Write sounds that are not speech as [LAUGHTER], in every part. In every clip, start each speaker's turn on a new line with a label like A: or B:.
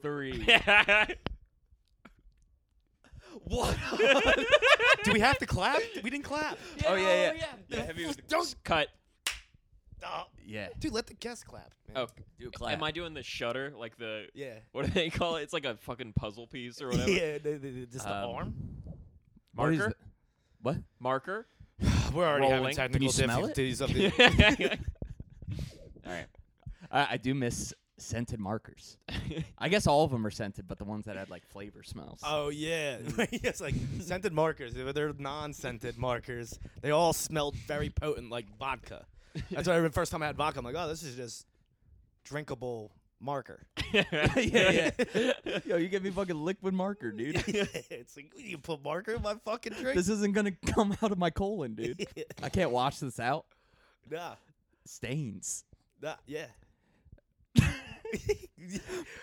A: three.
B: [LAUGHS]
A: [LAUGHS]
C: What?
B: Oh,
C: Do we have to clap? We didn't clap.
A: oh yeah, yeah.
C: yeah.
A: Have you-
C: Don't-
A: cut.
C: Yeah. Dude, let the guests clap. man.
A: Oh,
B: Do a clap.
A: am I doing the shutter? Like the
C: Yeah.
A: what do they call it? It's like a fucking puzzle piece or
C: [LAUGHS]
A: whatever.
C: Yeah, the, the, the, just the
B: Um,
C: arm.
B: What is
A: Marker?
B: the- What? [LAUGHS]
A: Marker.
C: [SIGHS]
A: [LAUGHS]
C: We're already having
A: rolling. Can
C: technical
B: you smell it?
C: difficulties. Of
A: [LAUGHS]
C: the,
A: All right.
B: I, I do miss scented markers. I guess all of them are scented, but the ones that had like flavor smells.
C: [LAUGHS] oh yeah, [LAUGHS] yes, like scented markers. They're- They're non-scented markers. They all smelled very potent, like vodka. That's why the first time I had vodka, I'm like, oh, this is just drinkable marker.
A: [LAUGHS]
C: [LAUGHS]
B: yeah, yeah. [LAUGHS] Yo, you give me fucking
C: [LAUGHS]
B: liquid marker, dude.
C: it's like you put marker in my fucking drink.
B: This isn't gonna [LAUGHS] come out of my
C: [LAUGHS]
B: colon, dude. I can't wash this out.
C: nah,
B: Stains.
C: nah, yeah. [LAUGHS]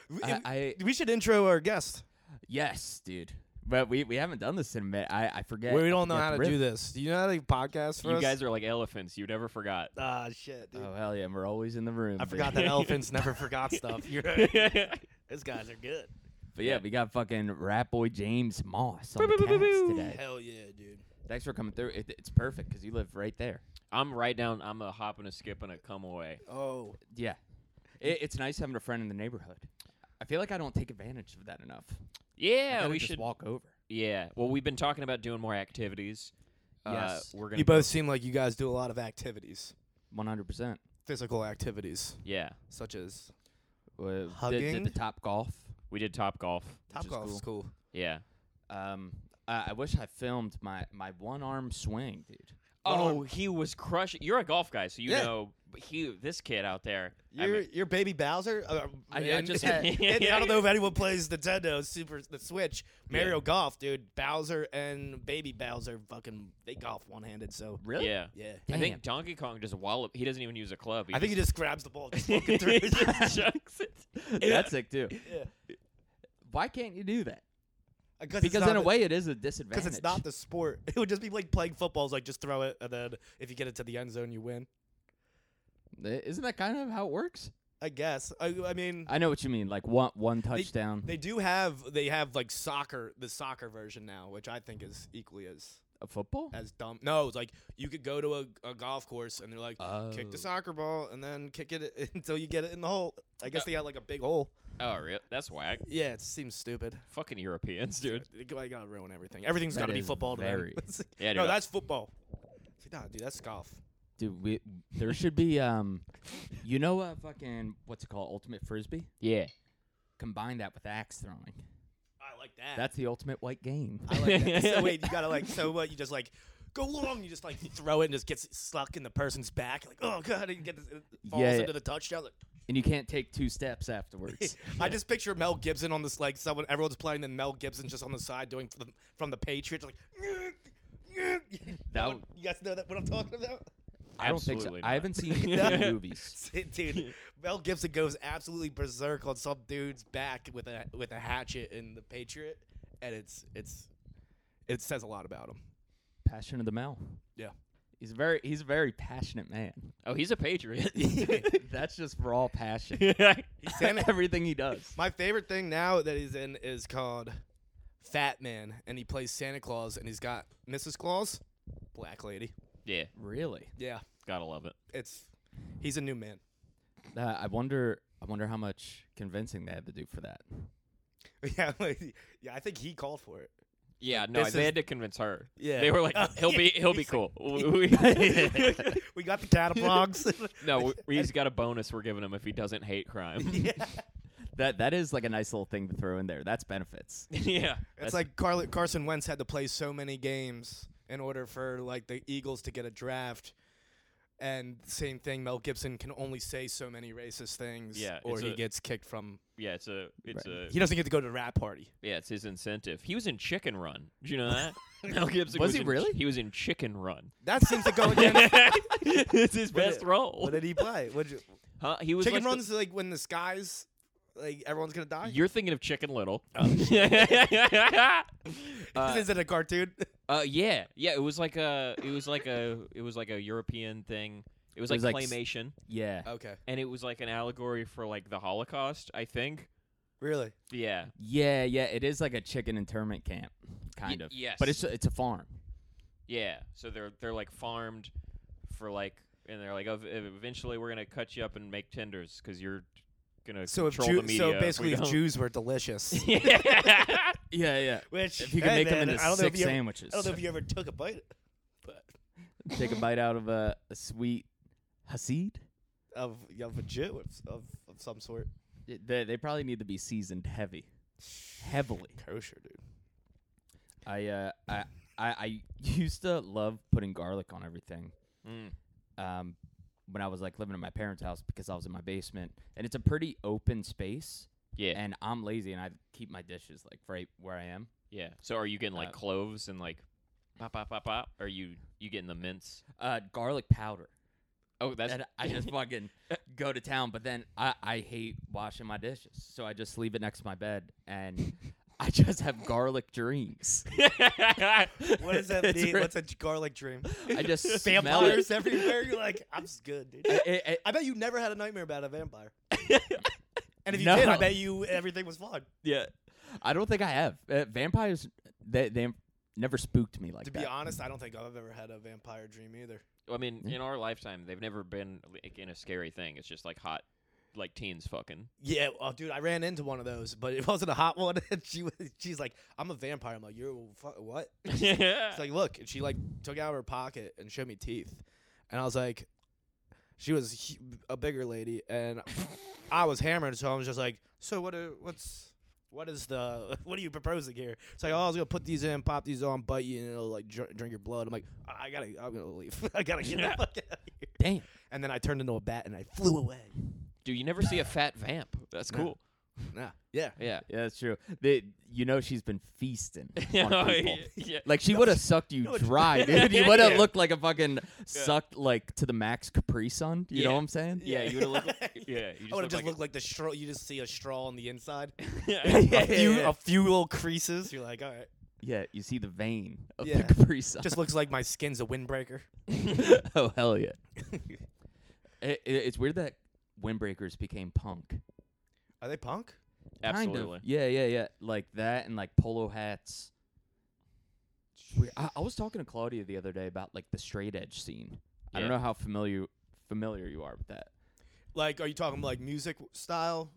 C: we,
B: I, I
C: we should intro our guest.
B: yes, dude. But we, we haven't done this in a minute. I, I forget.
C: we don't know
B: You
C: how
B: have
C: to do
B: riff.
C: this. Do you know how to podcast for
A: You
C: us?
A: guys are like elephants. You never forgot. [LAUGHS]
C: ah shit, dude.
B: Oh hell yeah, and we're always in the room.
C: I forgot
B: dude. [LAUGHS]
C: that elephants never forgot stuff. You're right.
A: Hell
C: Those guys are good.
B: But yeah,
A: Yeah.
B: we got fucking rap boy James Moss on the cast today.
C: Hell yeah, dude.
B: Thanks for coming through. It, it's perfect because you live right there.
A: I'm right down. I'm a hop and a skip and a come away.
C: Oh,
B: Yeah, it, it's nice having a friend in the neighborhood. I feel like I don't take advantage of that enough. I
A: Yeah,
B: gotta
A: we
B: just
A: should.
B: walk over.
A: Yeah. Well, we've been talking about doing more activities.
B: Yes.
A: Uh, we're gonna.
C: you both seem like you guys do a lot of activities,
B: One hundred percent.
C: physical activities,
A: Yeah.
C: such as
B: Uh, Did,
C: Hugging?
B: did the top golf.
A: We did top golf.
C: top
B: is
C: golf
B: cool.
C: school.
A: Yeah.
B: Um, I, I wish I filmed my my one arm swing, dude.
A: Oh, he was crushing. You're a golf guy, so you
C: Yeah.
A: know he. This kid out there. I
C: You're,
A: mean-
C: you're baby Bowser. Uh,
B: I- I
C: and-
B: just- [LAUGHS]
C: and I don't know if anyone plays Nintendo Super the Switch Mario Golf, dude. Bowser and baby Bowser, fucking they golf one handed. So
B: Really?
A: Yeah.
C: yeah,
A: I
B: Damn.
A: think Donkey Kong just wallop. He doesn't even use a club.
C: I think he
A: just
C: just grabs the ball, and just
A: [LAUGHS]
B: [LAUGHS]
C: fucking through.
A: chucks it.
B: That's sick too.
C: [LAUGHS] Yeah.
B: Why can't you do that?
C: Because it's
B: Because
C: not
B: in a
C: the-
B: way, it is a disadvantage.
C: Because it's not the sport. [LAUGHS] It would just be like playing football. It's like just throw it, and then if you get it to the end zone, you win.
B: Isn't that kind of how it works?
C: I guess. I, I mean,
B: I know what you mean. Like one one touchdown.
C: they do have they have like soccer, the soccer version now, which I think is equally as
B: a football?
C: as dumb. No, it's like you could go to a, a golf course and they're like, kick
B: Oh.
C: the soccer ball and then kick it [LAUGHS] until you get it in the hole. I guess they got like a big hole.
A: Oh, really? That's whack.
C: Yeah, it seems stupid.
A: Fucking Europeans, dude.
C: They go- they gotta ruin everything. Everything's
B: That
C: gotta be
B: is
C: football. to them.
B: very-
C: [LAUGHS] It's like,
A: Yeah,
C: no,
A: dude.
C: that's football. It's like, nah, dude, that's golf.
B: Dude, we, there should be um, you know, uh, fucking what's it called? Ultimate frisbee.
A: Yeah.
B: Combine that with axe throwing.
C: I like that.
B: That's the ultimate white game.
C: I like that. so wait, you gotta
B: [LAUGHS]
C: like so what? You just like go long. You just like throw it and just gets stuck in the person's back. Like oh god, and get this, it falls
B: Yeah, yeah.
C: into the touchdown. Like,
B: [LAUGHS] and you can't take two steps [LAUGHS] afterwards.
C: [LAUGHS] I just picture Mel Gibson on this like someone everyone's playing, then Mel Gibson's just on the side doing from the, from the Patriots like. [LAUGHS]
B: That
C: That you guys know that what I'm talking about,
B: I don't think so.
A: Absolutely
B: I
A: not.
B: haven't [LAUGHS] seen any movies.
C: [LAUGHS] dude. Mel Gibson goes absolutely berserk on some dude's back with a with a hatchet in the Patriot, and it's it's it says a lot about him.
B: Passion of the Mel.
C: Yeah.
B: He's a very he's a very passionate man. [LAUGHS]
A: Oh, he's a
C: [LAUGHS]
A: patriot. [LAUGHS]
B: That's just raw passion. [LAUGHS]
A: yeah.
C: Sam-
B: Everything he does.
C: [LAUGHS] My favorite thing now that he's in is called Fat Man, and he plays Santa Claus, and he's got Mrs. Claus, Black Lady.
B: Really?
C: Yeah,
A: Gotta love it.
C: it's he's a new man.
B: Uh, I wonder. I wonder how much convincing they had to do for that.
C: [LAUGHS] yeah, like, yeah, I think he called for it.
A: Yeah, no,
C: this
A: they
C: is-
A: had to convince her.
C: Yeah.
A: They were
C: [LAUGHS]
A: like,
C: Oh,
A: he'll
C: yeah.
A: be he'll
C: [LAUGHS]
A: be
C: He's
A: cool. We- [LAUGHS] we-
C: we got the catalogs.
A: no, we- we, he's got a bonus we're giving him if he doesn't hate crime.
C: [LAUGHS] [LAUGHS] yeah,
B: That that is like a nice little thing to throw in there. That's benefits.
A: [LAUGHS] yeah.
C: it's like Carl- Carson Wentz had to play so many games in order for like the Eagles to get a draft. And same thing, Mel Gibson can only say so many racist things,
A: Yeah,
C: or
A: it's
C: he
A: a-
C: gets kicked from.
A: Yeah, it's a it's a
C: He doesn't get to go to the rap party.
A: yeah, it's his incentive. He was in Chicken Run. Did you know that? [LAUGHS] Mel Gibson
B: Was
A: was
B: he
A: in-
B: really?
A: He was in Chicken
B: [LAUGHS]
A: Run.
C: That seems to
A: [LAUGHS]
C: go
B: Oh,
C: against
A: it's his
C: What
A: best
C: did-
A: role.
C: did he play? What'd you,
A: Huh? He was
C: chicken
A: like the-
C: runs like when the skies, like everyone's gonna die.
A: You're thinking of Chicken
B: [LAUGHS]
A: Little.
B: Oh.
A: [LAUGHS] uh,
C: [LAUGHS] Is it a
A: [LAUGHS]
C: cartoon?
A: uh, yeah, yeah. It was like a, it was like a, it was like a European thing. It was
B: It
A: like
B: was like s-
A: claymation,
B: Yeah.
C: Okay.
A: and it was like an allegory for like the Holocaust, I think.
C: Really?
A: Yeah.
B: Yeah, yeah, it is like a chicken internment camp, kind of.
A: yes.
B: But it's it's a farm.
A: Yeah. So they're they're like farmed for like, and they're like, "Ev- ev- eventually we're gonna cut you up and make tenders because you're gonna
C: So if
A: control
C: Jew-
A: the media.
C: so
A: we
C: basically, if
A: don't."
C: Jews were [LAUGHS] delicious.
A: [LAUGHS] yeah.
B: Yeah, yeah.
C: Which
B: If you can
C: hey,
B: make them
C: man,
B: into
C: I don't know if
B: six
C: you ever-
B: sandwiches,
C: I don't know if you ever took a bite, but
B: take a bite out of a, a sweet hasid.
C: of of a Jew of, of, of some sort.
B: They, they probably need to be seasoned heavy, heavily.
C: Kosher, dude.
B: I uh I I, I used to love putting garlic on everything.
A: Mm.
B: um, when I was like living in my parents' house because I was in my basement, and it's a pretty open space.
A: Yeah.
B: And I'm lazy, and I keep my dishes like right where I am.
A: Yeah. So are you getting like
B: Uh,
A: cloves and like pop pop pop pop? Or are you you getting the mints?
B: Uh, garlic powder,
A: Oh, that's
B: and I
C: [LAUGHS]
B: just fucking go to town. But then I, I hate washing my dishes, so I just leave it next to my bed,
C: [LAUGHS]
B: and I just have garlic dreams.
C: What [LAUGHS] does that
B: It's
C: mean?
B: re-
C: What's a garlic [LAUGHS] dream?
B: I just smell it.
C: Vampires everywhere. You're [LAUGHS] like, I'm just good, dude.
B: I- I- I-
C: I bet you never had a nightmare about a [LAUGHS] vampire. and if you
B: No.
C: did, I bet you everything was fine.
B: yeah, I don't think I have uh, vampires. They they never spooked me like
C: to
B: that.
C: be honest, I don't think I've ever had a vampire dream either.
A: I mean,
C: Mm.
B: Yeah.
A: in our lifetime, they've never been like in a scary thing. It's just like hot, like teens
C: [LAUGHS]
A: fucking.
C: Yeah, well, dude, I ran into one of those, but it [LAUGHS] wasn't a hot one. And she was, she's like, "I'm a vampire." I'm like, "You're a fu- what?"
A: yeah.
C: She's
A: [LAUGHS]
C: like, "Look," and she like took out her pocket and showed me teeth, and I was like, "She was hu- a bigger lady," and I was hammered, so I was just like, "So what? Are, what's what is the [LAUGHS] what are you proposing here?" It's like, "Oh, I was gonna put these in, pop these on, bite you, and it'll like dr- drink your blood." I'm like, "I I gotta, I'm gonna leave. [LAUGHS] I gotta get the fuck out of here."
B: Damn.
C: And then I turned into a bat and I flew away.
A: Do you never see a fat vamp? That's
C: No.
A: cool.
C: Nah, yeah.
A: Yeah.
B: Yeah, that's true. They, you know she's been
C: [LAUGHS]
B: feasting
A: [LAUGHS] Oh,
B: on people.
A: yeah.
B: Like she would have sucked you
C: no,
B: [LAUGHS]
C: it's-
B: dry, dude. You would have
A: Yeah.
B: looked like a fucking sucked like to the max Capri Sun. You know
A: Yeah.
B: what I'm saying?
A: Yeah, you would have looked. Yeah, you
C: [LAUGHS] I would have
A: just,
C: just
A: look
C: looked like the straw. You just see a straw on the
A: [LAUGHS]
C: inside,
A: like.
C: a
B: Yeah,
C: few,
B: yeah.
C: a few little creases. You're like, all
A: [LAUGHS]
C: right.
B: Yeah, you see the vein of
C: Yeah.
B: the Capri Sun.
C: Just looks like my skin's a windbreaker. [LAUGHS]
A: [LAUGHS]
B: [LAUGHS] oh hell [LAUGHS] yeah. It- it- it's weird that windbreakers became punk.
C: Are they punk?
A: Absolutely.
B: Kind of. Yeah, yeah, yeah. Like that and like polo hats. It's weird. I, I was talking to Claudia the other day about like the straight edge scene. I don't
A: Yeah.
B: know how familiar familiar you are with that.
C: Like, are you talking like music style,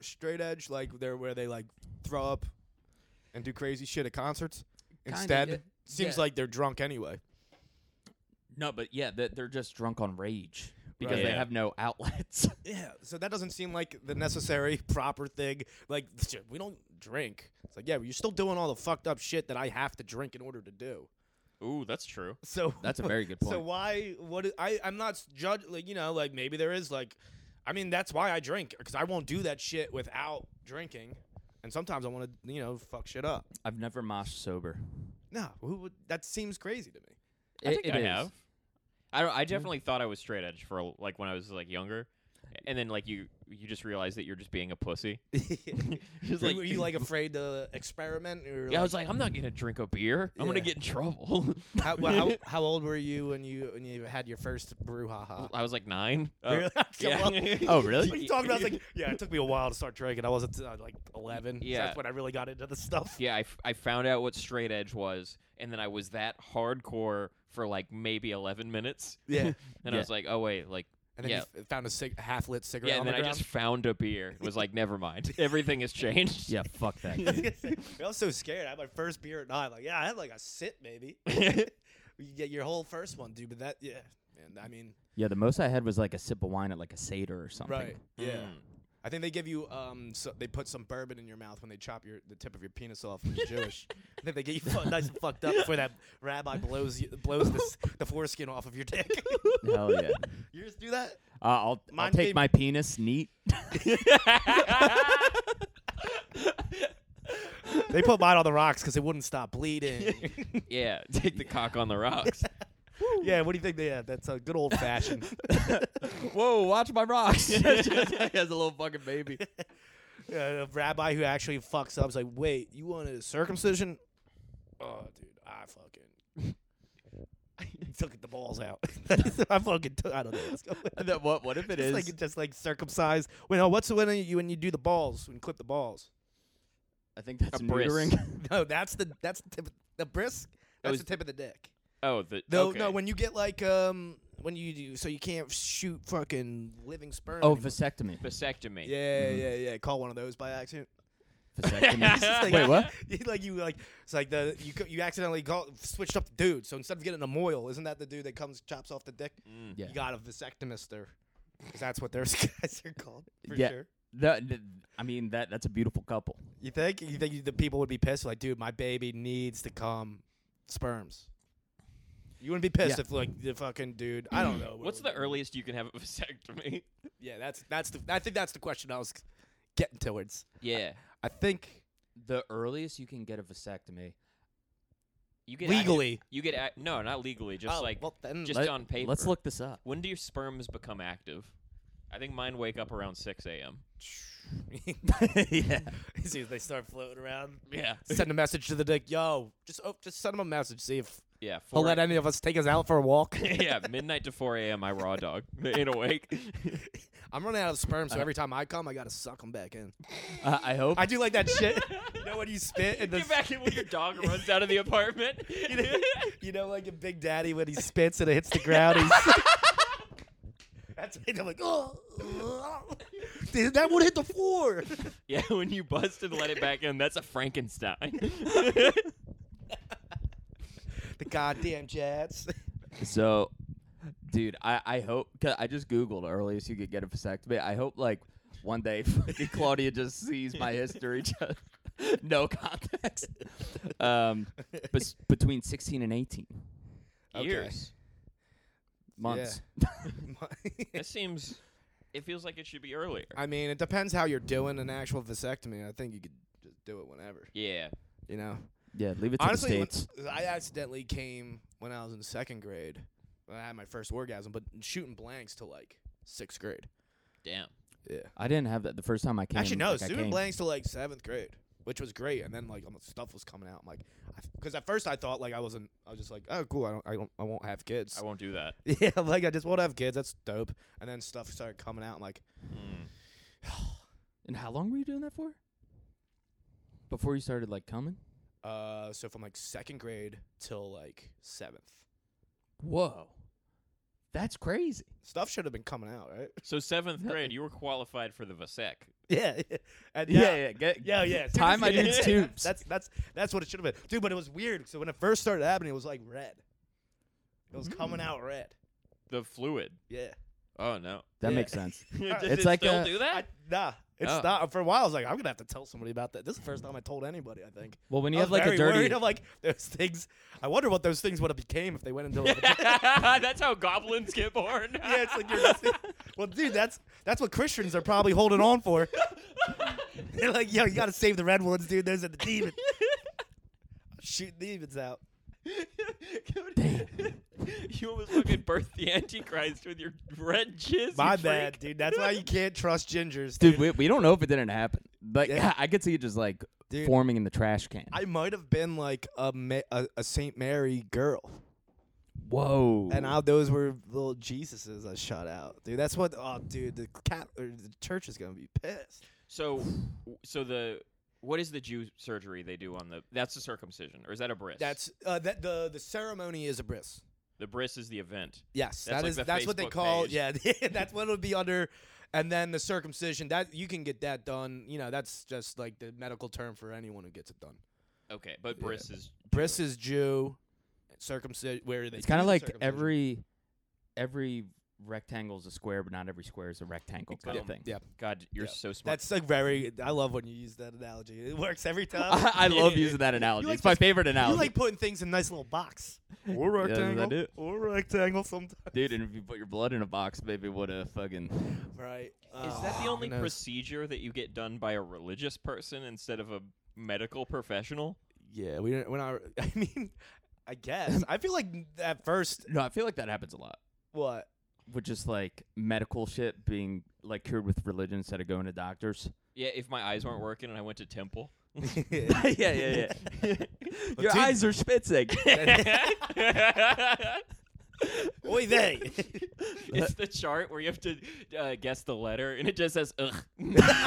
C: straight edge? Like they're where they like throw up and do crazy shit at concerts.
B: Kinda,
C: Instead,
B: yeah.
C: seems
B: Yeah.
C: like they're drunk anyway.
B: No, but yeah, they- they're just drunk on rage because
C: Right.
B: they
A: Yeah.
B: have no outlets.
C: Yeah. So that doesn't seem like the necessary [LAUGHS] proper thing. Like shit, we don't drink. It's like yeah, but you're still doing all the fucked up shit that I have to drink in order to do.
A: Ooh, that's true.
C: So [LAUGHS]
B: That's a very good
C: So
B: point.
C: why? What is, I I'm not judge like you know like maybe there is like, I mean that's why I drink because I won't do that shit without drinking, and sometimes I want to you know fuck shit up.
B: I've never moshed sober.
C: No, who would, that seems crazy to me.
A: I think
B: it
A: I
B: is.
A: have. I don't, I definitely thought I was straight edge for a- like when I was like younger, and then like you you just realize that you're just being a pussy.
C: [LAUGHS]
A: Just
C: were, you like afraid to experiment? Or
A: Yeah, I was like, I'm not gonna drink a beer. I'm gonna
C: Yeah.
A: get in trouble. [LAUGHS]
C: how, well, how, how old were you when you when you had your first brouhaha?
A: I was like nine. Uh,
C: [LAUGHS] Really?
A: [LAUGHS] yeah.
B: Oh,
C: [LAUGHS]
B: really?
C: What are you talking about? I was like, yeah, it took me a while to start drinking. I wasn't uh, like 11.
A: Yeah.
C: That's when I really got into the stuff.
A: Yeah, I, f- I found out what straight edge was, and then I was that hardcore for like maybe 11 minutes.
C: Yeah. [LAUGHS]
A: and I was like, oh, wait, like,
C: And then
A: yeah.
C: you f- found a cig- half lit cigarette.
A: yeah,
C: on
A: and then
C: the
A: I
C: ground.
A: just found a beer. It was like, never mind. Everything has changed.
B: Yeah, fuck that.
C: [LAUGHS] I
B: dude.
C: was so scared. I had my first beer at nine. Like, yeah, I had like a sip, maybe. [LAUGHS] you get your whole first one, dude. But that, yeah, man. I mean,
B: yeah, the most I had was like a sip of wine at like a seder or something.
C: right? Yeah.
A: Mm.
C: I think they give you um, so they put some bourbon in your mouth when they chop your the tip of your penis off. When you're Jewish. [LAUGHS] I think they get you fu- nice and fucked up before that rabbi blows you, blows the, s- the foreskin off of your dick.
B: [LAUGHS]
C: [LAUGHS]
B: Hell yeah.
C: you just do that.
B: Uh, I'll, I'll
C: Mine
B: take
C: came-
B: my penis neat.
C: They put mine on the rocks because it wouldn't stop bleeding.
A: [LAUGHS] yeah, take the cock on the rocks.
C: [LAUGHS] yeah, what do you think? Yeah, that's a good old fashioned. [LAUGHS]
B: Whoa, watch my rocks. [LAUGHS] Just- As a little fucking baby.
C: uh, a rabbi who actually fucks up is like, wait, you wanted a circumcision? Oh, dude, I fucking [LAUGHS] took the balls out. [LAUGHS] I fucking took. I don't know. What's going [LAUGHS] on.
B: That what? What if it
C: Just
B: is?
C: like just like circumcised. Wait, no, what's the when you when you do the balls when you clip the balls?
B: I think that's
A: a bris.
B: neutering.
C: [LAUGHS] No, that's the that's the tip of, the brisk. That's
A: was-
C: the tip of the dick.
A: Oh, the
C: No,
A: okay.
C: no. When you get like um when you do so you can't shoot fucking living sperm.
B: [LAUGHS] oh,
C: anymore.
B: vasectomy. [LAUGHS]
A: vasectomy.
C: yeah, yeah, yeah. Call one of those by accident. [LAUGHS]
B: [LAUGHS]
C: It's
B: vasectomy.
C: just like-
B: Wait, what?
C: [LAUGHS] you- like you like it's like the you co- you accidentally call, switched up the dude. So instead of getting a moil, isn't that the dude that comes chops off the dick?
A: Mm.
B: Yeah.
C: You got a vasectomist there. 'Cause that's what those [LAUGHS] guys are called for
B: Yeah.
C: sure.
B: That- th- I mean that that's a beautiful couple.
C: You think you think the people would be pissed? Like, dude, my baby needs to come sperms. You wouldn't be pissed
B: Yeah.
C: if like the fucking dude. I
B: [CLEARS THROAT]
C: don't know. what
A: What's
C: it
A: the
C: would be.
A: earliest you can have a [LAUGHS] vasectomy?
C: Yeah, that's that's the. I think that's the question I was getting towards.
A: Yeah.
C: I think
B: The earliest you can get a vasectomy.
A: You get actu-
C: legally,
A: you get ac- no, not legally. Just
C: Oh,
A: like
C: well, then [LAUGHS]
A: just on paper.
B: Let's look this up.
A: When do your sperms become active? I think mine wake up around 6 a.m.
B: yeah.
C: as soon as they start floating around,
A: Yeah.
C: send a message to the dick. Yo, just oh, just send him a message. See if
A: Yeah.
C: he'll
A: 4
C: let any of us take us out for a [LAUGHS] walk.
A: [LAUGHS] yeah. Midnight to 4 a.m. I raw dog. [LAUGHS] They
C: [LAUGHS]
A: ain't awake.
C: I'm running out of sperm, so every time I come, I gotta suck them back in.
B: Uh, I hope.
C: Uh, I do like that shit. [LAUGHS] You know when you spit [LAUGHS] and the
A: Get back in when
C: [LAUGHS]
A: your dog runs out of the apartment. [LAUGHS]
C: You know, like a Big Daddy when he spits and it hits the ground. He's [LAUGHS] that's it. I'm like, oh, Dude, that would hit the floor. [LAUGHS]
A: yeah. When you bust and let it back in, that's
C: [LAUGHS]
A: a Frankenstein.
C: the goddamn Jets. [LAUGHS]
B: so, dude, I I hope. Cause I just googled earliest you could get a vasectomy. I hope like one day [LAUGHS] fucking Claudia just sees my history. [LAUGHS] Just no context. Um, but s- between 16 and 18
C: Okay.
A: Years.
B: months.
A: That seems. It feels like it should be earlier.
C: I mean, it depends how you're doing an actual vasectomy. I think you could just do it whenever.
A: yeah.
C: You know,
B: [LAUGHS] Yeah, leave it to
C: honestly,
B: the
C: when-
B: states.
C: I accidentally came when I was in second grade. when I had my first orgasm, but shooting blanks to like sixth grade.
A: Damn.
C: Yeah.
B: I didn't have that the first time I came.
C: Actually, no,
B: like, I
C: student
B: came-
C: blanks to like seventh grade, which was great. And then like all my stuff was coming out. I'm like, because at first I thought like I wasn't. I was just like, oh cool, I don't, I don't, I won't have kids. [LAUGHS]
A: I won't do that.
C: yeah, like I just won't have kids. That's dope. And then stuff started coming out. I'm like,
A: Mm.
B: And how long were you doing that for? Before you started like coming?
C: uh, so from like second grade till like seventh,
B: Whoa. That's crazy.
C: stuff should have been coming out, right? [LAUGHS]
A: So seventh grade, you were qualified for the vasec.
C: Yeah, and now-
B: yeah. Get,
C: Yeah,
B: [LAUGHS]
C: yeah.
B: Tie my
C: seriously. [LAUGHS]
B: dude's
C: Yeah,
B: tubes.
C: That's that's that's what it should have been, dude. But it was weird. So when it first started happening, it was like red. It was
B: Mm.
C: coming out red.
A: The fluid.
C: Yeah.
A: Oh no.
B: that
C: Yeah. [LAUGHS]
B: makes sense.
A: Does
B: It's
A: it
B: like
A: still
B: a-
A: do [LAUGHS] that?
C: Nah, it's
A: Oh.
C: not. For a while, I was like, I'm gonna have to tell somebody about that. This is the first time I told anybody. I think.
B: Well, when you
C: I
B: have
C: was
B: like a
C: very
B: dirty,
C: Worried. I'm like those things. I wonder what those things would have became if they went into. Like,
B: [LAUGHS]
A: [LAUGHS] That's how goblins get born.
C: [LAUGHS] yeah, it's
A: [LAUGHS]
C: like you're. Just, [LAUGHS] well, dude, that's that's what Christians are probably holding on for. [LAUGHS] They're like, yo, you gotta save the red ones, dude. Those are the demons. [LAUGHS] Shoot demons out.
A: you almost fucking birthed the Antichrist with your red jizz.
C: My
A: you
C: bad,
A: freak.
C: dude. That's why you can't trust gingers, dude.
B: dude. We, we don't know if it didn't happen. Like
C: Yeah.
B: [LAUGHS] I could see it just like
C: Dude.
B: forming in the trash can.
C: I might have been like a Ma- a, a Saint Mary girl.
B: Whoa.
C: And I, those were little Jesuses I shot out, dude. That's what. Oh, dude, the cat or the church is gonna be pissed.
A: So, so the what is the Jew surgery they do on the? That's the circumcision, or is that a bris?
C: That's uh, that the the ceremony is a bris.
A: the bris is the event.
C: Yes,
A: That's
C: that's
A: like
C: is
A: the
C: that's what they
A: Facebook
C: call.
A: page. [LAUGHS]
C: Yeah, [LAUGHS] that's what it would be under. And then the circumcision that you can get that done. You know, that's just like the medical term for anyone who gets it done.
A: Okay, but bris is
C: Bris is Jew, circumcision. Where they
B: it's
C: do
B: kind of
C: the
B: like
C: circumcision.
B: every every rectangle is a square, but not every square is a rectangle kind
A: Boom.
B: of thing.
C: Yeah.
A: God. You're
C: Yeah.
A: so smart.
C: That's like very. I love when you use that analogy. It works every time.
B: [LAUGHS]
C: [LAUGHS]
B: I, I love using that analogy.
C: like
B: it's my
C: just-
B: favorite analogy.
C: You like putting things in nice little box. Or
B: [LAUGHS] Yeah, that's what I do.
C: Or rectangle sometimes.
B: Dude, and if you put your blood in a box, maybe would have fucking.
C: Right.
A: Is that the
C: Oh,
A: only
C: who knows?
A: procedure that you get done by a religious person instead of a medical professional?
C: Yeah, we don't, we're not. I mean, I guess. I feel like at first,
B: No, I feel like that happens a lot.
C: what?
B: With just like medical shit being like cured with religion instead of going to doctors.
A: Yeah, if my eyes weren't working and I went to temple.
C: [LAUGHS] yeah,
B: yeah.
A: yeah.
B: [LAUGHS]
C: [LAUGHS] dude-
B: your
A: [LAUGHS]
B: eyes are spitzing.
C: [LAUGHS] Oy
A: [LAUGHS]
C: vey.
A: it's the chart where you have to uh, guess the letter, and it just says ugh.
C: [LAUGHS]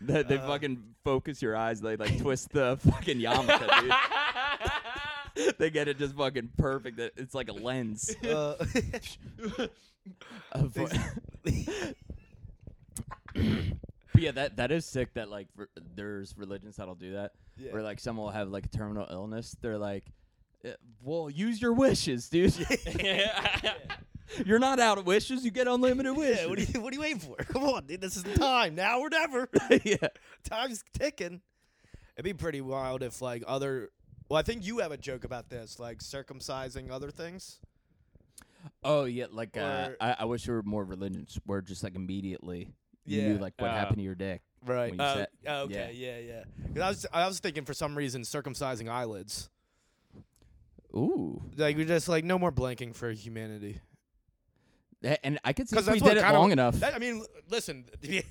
B: They, they
C: Uh.
B: fucking focus your eyes. They like twist the [LAUGHS] fucking yarmulke,
C: [LAUGHS]
B: dude. they get it just fucking perfect. It- It's like a lens.
C: [LAUGHS] Uh, [LAUGHS]
B: of what- but yeah, that that is sick. That like r there's religions that'll do that.
C: Yeah.
B: Where like [LAUGHS] someone will have like a terminal illness. They're like, "Eh, well, use your wishes, dude. [LAUGHS] You're not out of wishes. You get unlimited
C: [LAUGHS]
B: wishes.
C: yeah, what are you what are you waiting for? [LAUGHS] Come on, dude. This is the time. Now or never.
B: [LAUGHS] yeah.
C: Time's ticking. It'd be pretty wild if like other well, I think you have a joke about this, like circumcising other things.
B: [LAUGHS] Oh yeah, like uh,
C: Or-
B: I, I wish there were more religions where just like immediately you
C: Yeah.
B: knew like what
A: Uh,
B: happened to your dick.
C: Right.
B: when you
C: Oh,
B: said-
C: oh, okay. Yeah. Yeah. 'Cause I was I was thinking for some reason circumcising eyelids.
B: Ooh,
C: Like we're just like no more blanking for humanity.
B: A- and I could see if
C: Because
B: we
C: that's what
B: did it
C: kinda-
B: long enough.
C: That, I mean, l- listen. [LAUGHS] I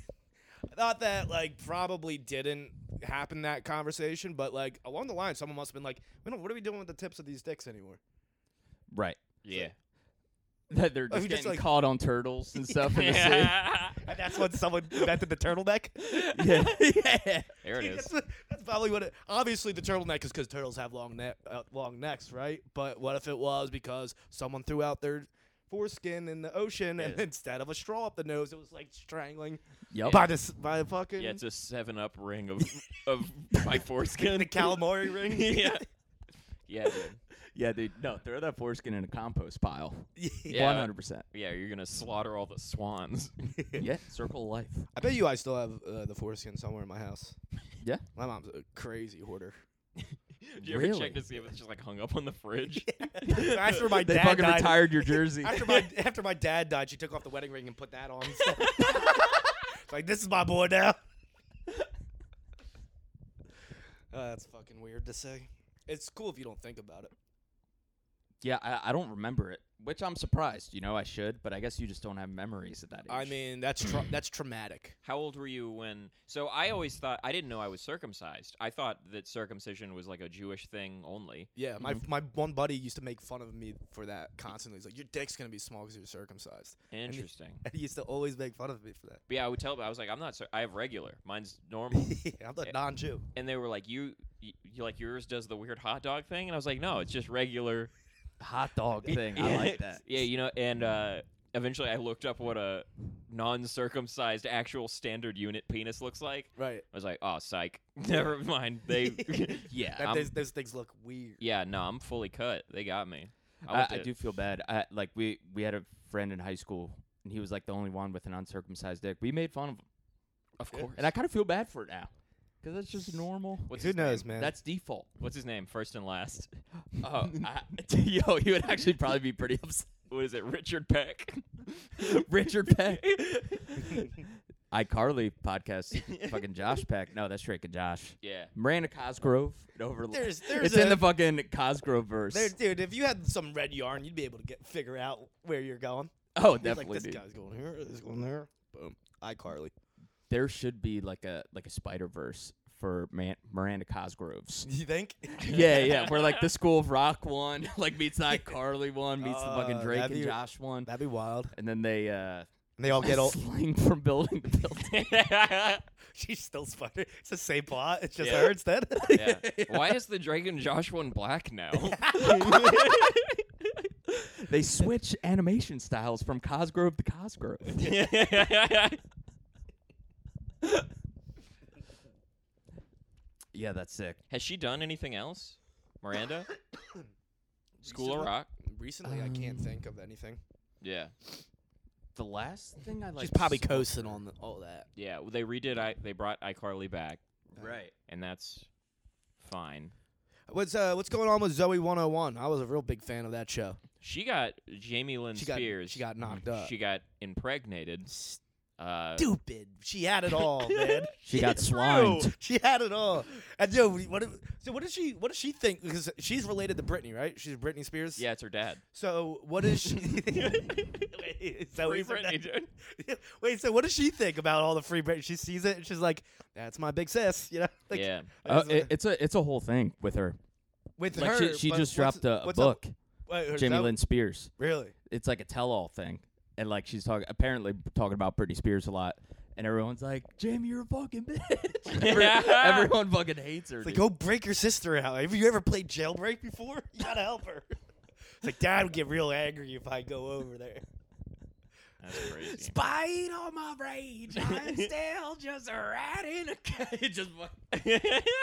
C: thought that like probably didn't happen that conversation, but like along the line, someone must have been like, "We don't. What are we doing with the tips of these dicks anymore?"
B: right.
A: yeah.
B: That they're
C: Oh,
B: just
C: just,
B: getting
C: like-
B: caught on
C: [LAUGHS]
B: turtles and stuff in the sea.
A: Yeah.
C: And that's when someone invented the turtleneck.
B: Yeah. [LAUGHS]
C: [LAUGHS]
B: yeah.
A: [LAUGHS] There it
C: That's,
A: is.
C: what- that's probably what. It, obviously, the turtleneck is because turtles have long neck, uh, long necks, right? But what if it was because someone threw out their foreskin in the ocean, and
A: Yeah.
C: instead of a straw up the nose, it was like strangling
B: Yep.
C: by this by the fucking
A: Yeah, it's a seven up ring of of my
C: [LAUGHS] [LAUGHS]
A: foreskin.
C: the calamari ring.
A: [LAUGHS] yeah. Yeah, dude.
B: Yeah, dude. No, throw that foreskin in a compost pile.
A: Yeah.
B: One hundred percent.
A: Yeah, you're gonna slaughter all the swans. [LAUGHS]
B: Yeah. Circle of life.
C: I bet you I still have uh, the foreskin somewhere in my house.
B: Yeah.
C: My mom's a crazy
A: [LAUGHS]
C: hoarder. [LAUGHS]
A: Did you ever
B: Really?
A: check to see if it's just like hung up on the fridge?
C: [LAUGHS] after my
B: They
C: dad
B: fucking
C: died,
B: retired
C: [LAUGHS]
B: your jersey.
C: after my after my dad died, she took off the wedding ring and put that [LAUGHS] on. It's like this is my boy now. [LAUGHS] Uh, that's fucking weird to say. It's cool if you don't think about it.
B: [LAUGHS] yeah, I, I don't remember it, which I'm surprised. You know, I should, but I guess you just don't have memories at that age.
C: I mean, that's [CLEARS THROAT] tra- that's traumatic.
A: How old were you when? So I always thought I didn't know I was circumcised. I thought that circumcision was like a Jewish thing only.
C: Yeah, my my one buddy used to make fun of me for that constantly. He's like, "Your dick's gonna be small because you're circumcised,"
A: Interesting.
C: [LAUGHS] and he used to always make fun of me for [LAUGHS] that.
A: But yeah, I would tell. I was like, I'm not. Cir- I have regular. Mine's
C: [LAUGHS]
A: normal.
C: I'm the non-Jew.
A: and they were like, you, you, you like yours does the weird hot dog thing, and I was like, no, it's just regular.
B: hot
C: [LAUGHS]
B: dog thing. I
A: Yeah.
B: like that.
A: yeah, you know, and uh, eventually I looked up what a non-circumcised actual standard unit penis looks like.
C: Right.
A: I was like, oh, psych. [LAUGHS] Never mind. They,
B: Yeah.
C: That,
A: I'm-
C: those, those things look weird.
A: yeah, no, I'm fully cut. They got me. I,
B: I,
A: went
B: I
A: to-
B: do feel bad. I like we we had a friend in high school, and he was like the only one with an uncircumcised dick. We made fun of him,
A: of course.
B: and I kind of feel bad for it now, because that's just normal.
A: What's
C: Who
A: his name?
C: knows, man?
B: That's default.
A: What's his name? First and last. Oh,
B: Oh, I, [LAUGHS] yo, he would [LAUGHS] actually probably be pretty upset.
A: [LAUGHS] What is it? Richard Peck.
B: Richard Peck, [LAUGHS] iCarly podcast, fucking Josh Peck. No, that's Drake and Josh.
A: yeah.
B: Miranda Cosgrove. It overla-
C: There's- there's
B: it's in the
C: a-
B: fucking Cosgrove verse.
C: There, dude, if you had some red yarn, you'd be able to get figure out where you're going.
B: oh,
C: You're
B: definitely.
C: like, this
B: dude.
C: guy's going here, this going there. Boom. iCarly.
B: There should be like a like a Spider Verse for Man- Miranda [LAUGHS] Cosgrove's.
C: [LAUGHS] You think?
B: yeah, yeah. We're like the School of Rock one, [LAUGHS] like meets that Carly one, meets the fucking
C: Uh,
B: Drake
C: that'd
B: and
C: be-
B: Josh
C: [LAUGHS]
B: one,
C: That'd be wild.
B: and then they uh
C: And they all
B: [LAUGHS]
C: get old.
B: sling from building to building.
C: [LAUGHS] She's still Spider. It's the same plot. It's just
A: Yeah.
C: her instead.
A: yeah. [LAUGHS] Why is the Dragon Josh one black now? [LAUGHS]
B: they switch animation styles from Cosgrove to Cosgrove. [LAUGHS] yeah, that's sick.
A: Has she done anything else, Miranda? School of
C: Recently-
A: Rock.
C: [LAUGHS] Recently, I can't think of anything.
A: Yeah,
B: The last thing I like.
C: She's probably coasting on the, all that.
A: yeah. well, They redid. I they brought iCarly back,
B: Right.
A: and that's fine.
C: What's uh, what's going on with Zoe 101? I was a real big fan of that show.
A: She got Jamie Lynn
C: She got uh,
A: Spears. Mm,
C: she got knocked up.
A: She got impregnated.
C: [LAUGHS]
A: Uh,
C: Stupid. She had it [LAUGHS]
A: [LAUGHS]
C: all, man.
D: She got
C: It's
D: slimed.
C: true. She had it all. And yo, what? if- So what does she? What does she think? Because she's related to Britney, right? She's Britney Spears.
A: yeah, it's
C: [LAUGHS]
A: her dad.
C: So what is
B: [LAUGHS]
C: she? [LAUGHS] Wait, so
A: Free
C: he's her
A: Britney,
C: dad-
A: dude.
C: [LAUGHS] Wait, so what does she think about all the free Britney? She sees it and she's like, "That's my big sis," you know? Like, [LAUGHS]
A: yeah.
B: Uh,
C: that's
B: it,
C: what-
B: it's a it's a whole thing with her.
C: with
B: Like
C: her,
B: she, she
C: but
B: just
C: what's-
B: dropped a, a
C: what's
B: book,
C: Up? Wait, is
B: Jamie
C: that-
B: Lynn Spears.
C: Really?
B: It's like a tell-all thing, and like she's talking apparently talking about Britney Spears a lot, and everyone's like, "Jamie, you're a fucking
C: [LAUGHS]
B: bitch." [LAUGHS] Every- everyone fucking hates her.
C: It's like,
B: dude.
C: go break your sister out. Have you ever played jailbreak before? [LAUGHS] You gotta help her. It's like Dad would get real angry if I go over there.
A: That's crazy.
B: Spite on my rage, I'm still just a rat in
C: [LAUGHS]
B: a cage. Just fuck-
C: Yeah.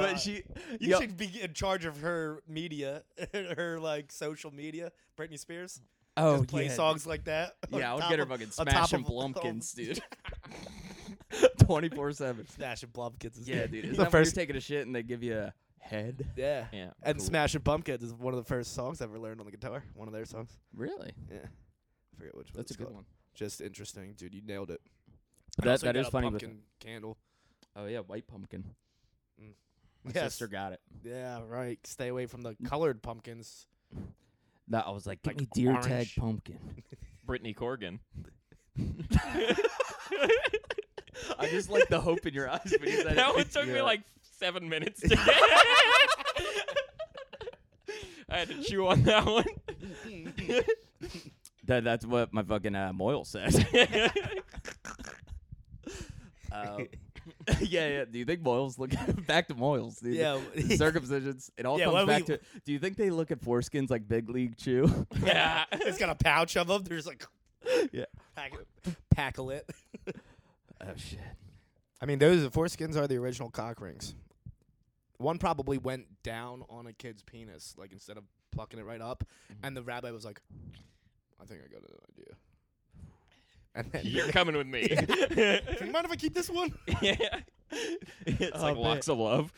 B: but she,
C: You
B: yo,
C: should be in charge of her media, [LAUGHS] her like social media. Britney Spears.
B: oh
C: just play
B: yeah.
C: songs like that. on
B: Yeah, I would
C: top
B: get her
C: of-
B: fucking
C: on top
B: smashing
C: of- on-
B: blumpkins, dude.
C: [LAUGHS]
B: Twenty four seven.
C: smashing blumpkins. Is [LAUGHS]
B: Yeah, dude. Isn't
C: the
B: that when
C: first.
B: you're taking a shit and they give you a head?
C: Yeah.
A: Yeah.
C: And
B: Cool.
C: smashing pumpkins is one of the first songs I ever learned on the guitar. One of their songs.
B: Really?
C: Yeah. I forget which one.
B: That's a
C: it's
B: good
C: called.
B: one.
C: Just interesting, dude. You nailed it.
B: But
C: I
B: that-
C: also
B: that
C: got
B: is
C: a
B: funny with-
C: Pumpkin candle.
B: Oh yeah, white pumpkin. My
C: Yes.
B: sister got Mm. it.
C: Yeah, right. Stay away from the colored
B: [LAUGHS]
C: pumpkins.
B: That I was like, give
C: Like
B: me deer tag
C: orange.
B: pumpkin.
A: Brittany [LAUGHS] Corgan.
B: [LAUGHS] I just like the hope in your eyes when
A: [LAUGHS]
B: you
C: [LAUGHS]
B: said
A: that
B: it.
A: one took me
B: Yeah.
A: like seven minutes [LAUGHS] to get. [LAUGHS] I had to chew on that one.
B: That, that's what my fucking uh, Moyle says. [LAUGHS] uh, [LAUGHS] yeah, yeah. Do you think Moyles look [LAUGHS] back to Moyles? Dude.
C: Yeah.
B: The circumcisions. It all
C: Yeah,
B: comes
C: why
B: back
C: we-
B: to. Do you think they look at foreskins like Big League Chew? [LAUGHS]
A: yeah.
C: [LAUGHS] it's got a pouch of them. They're just like [LAUGHS]
B: yeah.
C: pack it, packle it.
B: Oh shit.
C: I mean, those the foreskins are the original cock rings. One probably went down on a kid's penis, like instead of plucking it right up, and the rabbi was like, "I think I got an idea." And then
A: [LAUGHS] You're coming with
C: [LAUGHS]
A: me.
C: Do you mind if I keep this one?
A: [LAUGHS] Yeah. It's
B: Oh,
A: like
B: man.
A: locks of love.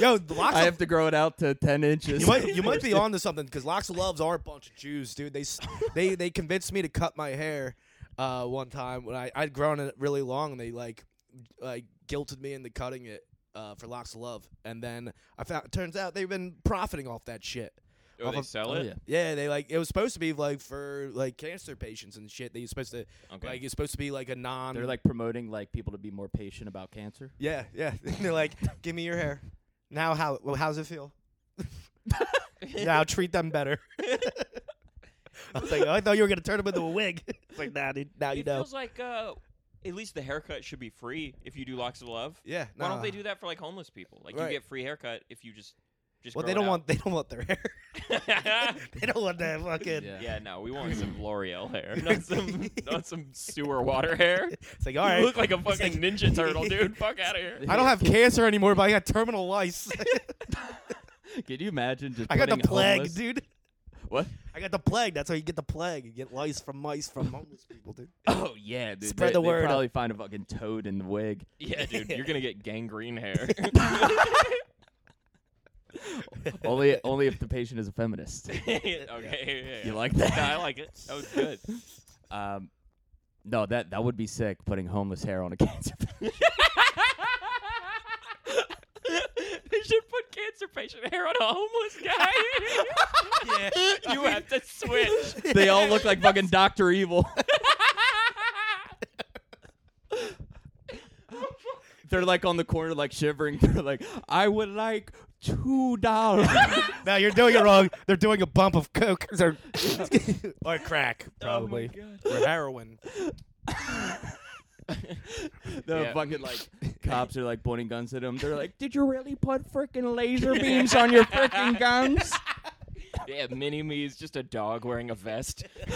C: Yo, the locks.
B: I
C: of-
B: have to grow it out to ten inches.
C: you
B: [LAUGHS]
C: might you might be on to something because locks of loves are a bunch of Jews, dude. They
B: [LAUGHS]
C: s- they they convinced me to cut my hair uh, one time when I I'd grown it really long, and they like like guilted me into cutting it uh, for locks of love, and then I found turns out they've been profiting off that shit.
A: Oh,
C: Off
A: they
C: of-
A: sell
B: Oh,
A: it?
B: yeah.
C: Yeah, they like it was supposed to be like for like cancer patients and shit. They were supposed to
A: Okay.
C: like it's supposed to be like a non.
B: They're like promoting like people to be more patient about cancer.
C: yeah, yeah. [LAUGHS] They're like, give me your hair now. How well, how's it
A: [LAUGHS]
C: feel? now treat them better. [LAUGHS] I was like, I thought you were gonna turn them into a wig. [LAUGHS] it's like, nah, dude, now you
A: it
C: know.
A: feels like uh, at least the haircut should be free if you do locks of love.
C: Yeah,
A: Why don't they
C: nah.
A: do that for like homeless people? Like
C: Right.
A: you get free haircut if you just just.
C: Well,
A: grow
C: they
A: it
C: don't
A: out.
C: want they don't want their [LAUGHS] hair.
A: [LAUGHS]
C: they don't want that fucking.
B: Yeah.
A: Yeah, no, we
B: [LAUGHS]
A: want some L'Oreal hair, not some not some sewer water hair.
C: It's like, all right,
A: You look like a
C: It's
A: fucking ninja turtle,
B: [LAUGHS]
A: dude. Fuck out of here.
C: I don't have cancer anymore, but I got terminal lice. [LAUGHS]
B: Can you imagine just
C: I got the
B: putting
C: plague,
B: homeless-
C: dude.
B: What?
C: I got the plague. That's how you get the plague. You get lice from mice from homeless people,
A: [LAUGHS]
C: dude.
B: Oh yeah, dude.
C: Spread
B: they,
C: the
B: they
C: word
B: probably find a fucking toad in the [LAUGHS] wig.
A: Yeah, dude, you're gonna get gangrene
B: [LAUGHS]
A: hair. [LAUGHS]
B: only only if the patient is a feminist.
A: okay, yeah, yeah.
B: You like
A: No, I
B: that?
A: like it. That was
B: [LAUGHS]
A: good. [LAUGHS]
B: Um, no, that that would be sick. Putting homeless hair on a [LAUGHS] cancer. patient.
A: they should put cancer patient hair on a homeless guy.
B: [LAUGHS]
C: Yeah.
A: you have to switch.
B: they all look [LAUGHS] like fucking Doctor [LAUGHS] Evil. They're like on the corner, like shivering. [LAUGHS] They're like, I would like two [LAUGHS] dollars.
C: No, you're doing it wrong. They're doing a bump of coke [LAUGHS]
A: [LAUGHS]
C: or, or crack,
A: Oh
C: probably, or heroin.
B: the
A: Yeah.
B: fucking [LAUGHS] like cops are like pointing guns at him. They're like, Did you really put freaking [LAUGHS] laser beams on your freaking guns?
A: Yeah, mini me is just a dog wearing a vest.
B: [LAUGHS]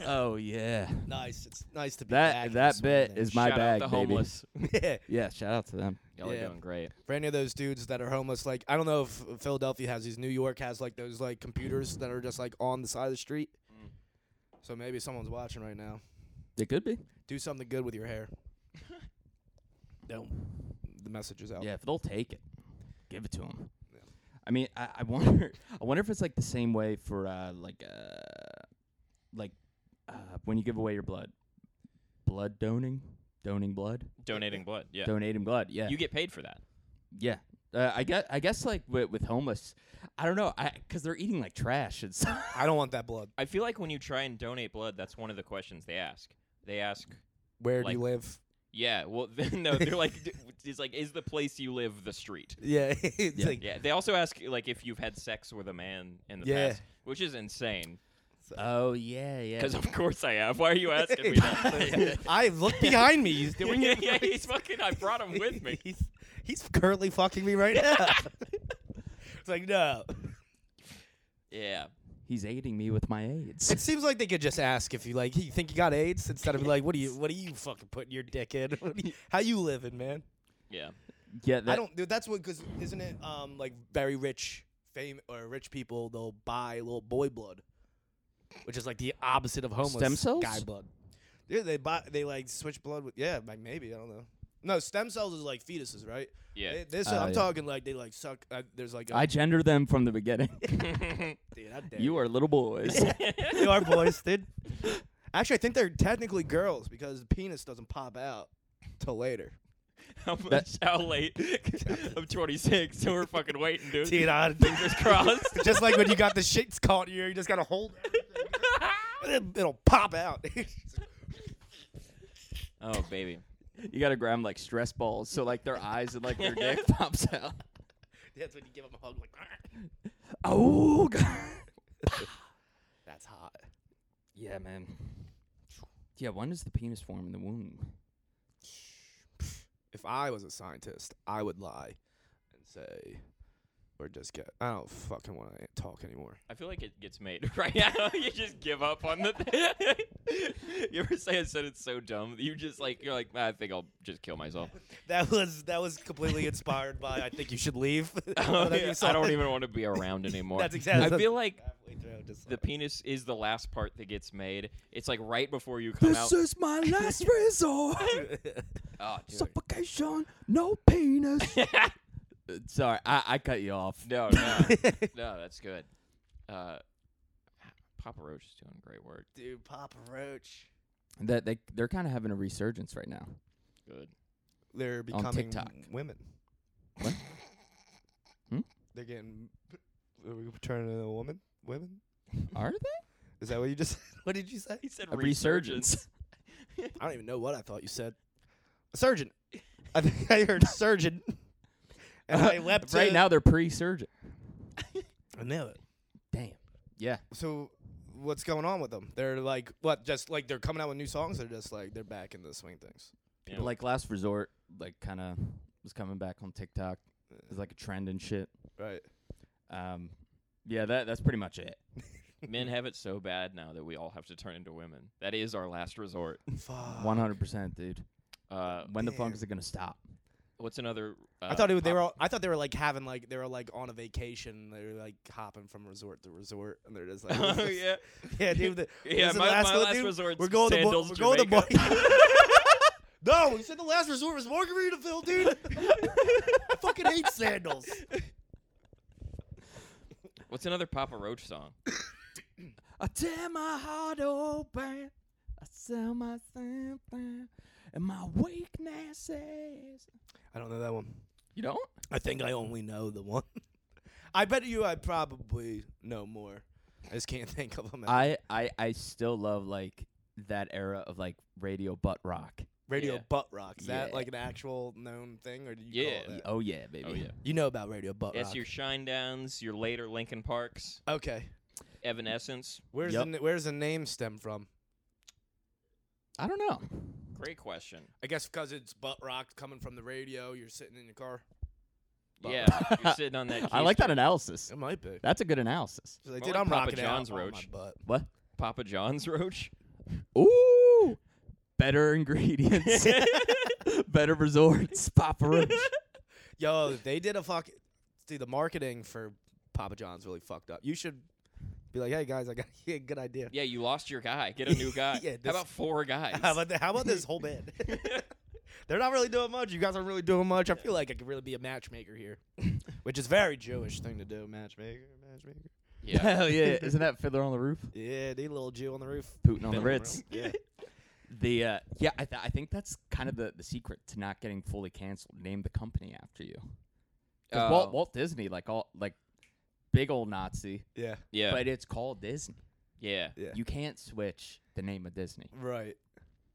B: oh yeah.
C: Nice. It's nice to be
B: That that bit is my
C: [LAUGHS]
A: Shout
B: bag,
A: out the
B: baby.
A: homeless.
C: is.
B: Yeah, shout out to them.
A: Y'all
C: Yeah.
A: are doing great.
C: For any of those dudes that are homeless, like I don't know if Philadelphia has these. New York has like those like computers that are just like on the side of the street.
A: Mm.
C: So maybe someone's watching right now.
B: They could be.
C: Do something good with your
A: [LAUGHS]
C: hair. no, the message is out. Oh.
B: Yeah, if they'll take it, give it to them. I mean, I, I wonder. I wonder if it's like the same way for uh, like uh, like uh, when you give away your blood, blood doning, doning blood,
A: Donating blood. Yeah.
B: donating blood. Yeah,
A: You get paid for that.
B: yeah. Uh, I guess I guess like with, with homeless, I don't know, I because they're eating like trash and stuff.
C: [LAUGHS] I don't want that blood.
A: I feel like when you try and donate blood, that's one of the questions they ask. They ask,
C: Where do
A: Like-
C: you live? [LAUGHS]
A: yeah, well, [LAUGHS] no, they're like, d- [LAUGHS] it's like, is the place you live the street?
C: Yeah, [LAUGHS] it's
B: Yeah.
C: like
A: Yeah. They also ask like if you've had sex with a man in the
C: Yeah.
A: past, which is insane.
B: Oh yeah, yeah.
A: Because of course I have. Why are
C: [LAUGHS]
A: you asking me [LAUGHS] that?
C: I look behind me. He's [LAUGHS] doing
A: [LAUGHS] yeah,
C: it. [LAUGHS]
A: yeah, he's fucking. I brought him with me.
C: he's he's currently fucking me right
A: [LAUGHS]
C: now. [LAUGHS] it's like no.
A: Yeah.
B: he's aiding me with my AIDS.
C: It seems like they could just ask if you like you think you got AIDS instead of like what do you what do you fucking putting your dick in? [LAUGHS] What do you- How you living, man?
A: Yeah.
B: yeah, that,
C: I don't. Dude, that's what because isn't it um like very rich fame or rich people they'll buy little boy blood, which is like the opposite of homeless
B: Stem cells?
C: guy blood. Yeah, they buy they like switch blood with yeah like maybe I don't know. No, stem cells is like fetuses, right?
A: Yeah.
C: They- this
B: Oh,
C: I'm
B: yeah.
C: talking like they like suck. Uh, there's like a,
B: I gender them from the beginning.
C: dude, I dare
B: you are little boys.
C: [LAUGHS] you are boys, dude. Actually, I think they're technically girls because the penis doesn't pop out till later.
A: how much? How late? I'm 26, so we're fucking waiting, dude.
C: [LAUGHS] Dude, [LAUGHS] I-
A: Fingers crossed.
C: [LAUGHS] just like when you got the shits caught in you, you just gotta hold [LAUGHS] everything. It'll, it'll pop out. [LAUGHS]
A: oh baby.
B: you gotta grab 'em like stress balls, so like their eyes and like their dick pops out.
C: That's when you give them a hug, like "Arr."
B: Oh god.
C: that's hot.
B: Yeah, man. Yeah, when does the penis form in the womb?
C: If I was a scientist, I would lie and say, or just get. I don't fucking want to talk anymore.
A: I feel like it gets made [LAUGHS] right now. you just give up on the. Thing. [LAUGHS] you ever say I said it's so dumb that you just like you're like "Ah, I think I'll just kill myself.
C: That was that was completely inspired by. I think you should [LAUGHS] leave. Whatever you saw.
A: [LAUGHS] I don't even want to be around anymore.
C: That's exactly-
A: I feel like
C: [LAUGHS] Halfway through, just
A: the
C: like-
A: penis is the last part that gets made. It's like right before you come out.
B: is [LAUGHS] my last resort.
A: oh, dude.
B: Suffocation, no penis. [LAUGHS] Uh, Sorry, I, I cut you off.
A: [LAUGHS] no,
C: [LAUGHS]
A: no, no. That's good. Uh, Papa Roach is doing great work.
C: Dude, Papa Roach.
B: That they they're kind of having a resurgence right now.
A: Good.
C: They're becoming
B: TikTok.
C: women.
B: What? Hmm?
C: They're getting. Are we turning into a woman? Women?
B: Are they?
C: Is that what you just? [LAUGHS] what did you say?
A: He said
B: A resurgence.
C: I don't even know what I thought you said. A [LAUGHS] surgeon. I think I heard [LAUGHS] surgeon. And
B: [LAUGHS]
C: I leapt
B: right
C: to-
B: now they're pre-surgent.
C: I knew it.
B: Damn. Yeah.
C: So, what's going on with them? They're like, what? Just like they're coming out with new songs. They're just like they're back in the swing things.
A: Yeah.
B: But like last resort, like kind of was coming back on TikTok. It's like a trend and shit.
C: Right.
B: Um, yeah, that that's pretty much it.
A: Men have it so bad now that we all have to turn into women. That is our last resort.
C: Fuck.
B: One hundred percent, dude.
A: Uh,
B: When the fuck
C: damn.
B: is it gonna stop?
A: what's another? Uh,
C: I thought it, they
A: pop-
C: were. All, I thought they were like having like they were like on a vacation. They were like hopping from resort to resort, and they're just like,
A: [LAUGHS] oh yeah,
C: yeah, dude. The,
A: [LAUGHS] yeah.
C: this is the
A: My
C: last
A: last, my
C: one,
A: last
C: dude.
A: resort's
C: we're going to Bo-
A: Sandals,
C: we're going to Bo-
A: Jamaica. [LAUGHS]
C: [LAUGHS] no, you said the last resort was Margaritaville, dude. I fucking hate sandals.
A: What's another Papa Roach song?
B: I tear my heart open. I sell my something and my weaknesses.
C: I don't know that one.
B: You don't?
C: I think I only know the one. I bet you I probably know more. I just can't [LAUGHS] think of them.
B: I I I still love like that era of like radio butt rock.
C: Radio
A: yeah.
C: butt rock. Is that
B: Yeah.
C: like an actual known thing, or do you?
A: Yeah.
C: Call it that?
B: Oh yeah, baby.
A: Oh yeah,
C: You know about Radio Butt
A: that's
C: Rock.
A: your Shine Downs, your later Lincoln Parks,
C: okay.
A: Evanescence.
C: Where's
B: Yup.
C: the, n- where's the name stem from?
B: I don't know.
A: Great question.
C: I guess because it's butt rock coming from the radio. You're sitting in your car. Butt
A: Yeah,
C: rock.
A: you're sitting on that.
B: [LAUGHS] I like that
A: keister.
B: analysis.
C: it might be.
B: That's a good analysis.
C: She's like,
A: More
C: dude,
A: like
C: I'm
A: Papa
C: rocking
A: John's
C: out on
A: roach.
C: my butt.
B: What?
A: Papa John's Roach.
B: Ooh, better [LAUGHS] ingredients, better resorts, Papa Roach.
C: Yo, they did a fuck. See, the marketing for Papa John's really fucked up. You should be like, hey guys, I got [LAUGHS] a good idea.
A: Yeah, you lost your guy. Get a new guy.
C: Yeah,
A: How
C: this- [LAUGHS]
A: about four guys?
C: How about, th- how about this whole band? [LAUGHS] They're not really doing much. You guys aren't really doing much. I feel like I could really be a matchmaker here, which is very Jewish thing to do. Matchmaker, matchmaker.
A: Yeah.
B: Hell [LAUGHS] yeah! Isn't that Fiddler on the Roof?
C: Yeah, the little Jew on the roof.
B: Putin
A: Fiddler
B: on the
A: on the
B: Ritz.
C: Yeah.
B: The uh, yeah, I, th- I think that's kind of the, the secret to not getting fully canceled. Name the company after you. [LAUGHS] 'Cause
A: Oh.
B: Walt, Walt Disney, like all like big old Nazi,
C: Yeah.
A: Yeah.
B: but it's called Disney.
A: yeah.
C: Yeah.
B: You can't switch the name of Disney.
C: Right. [LAUGHS]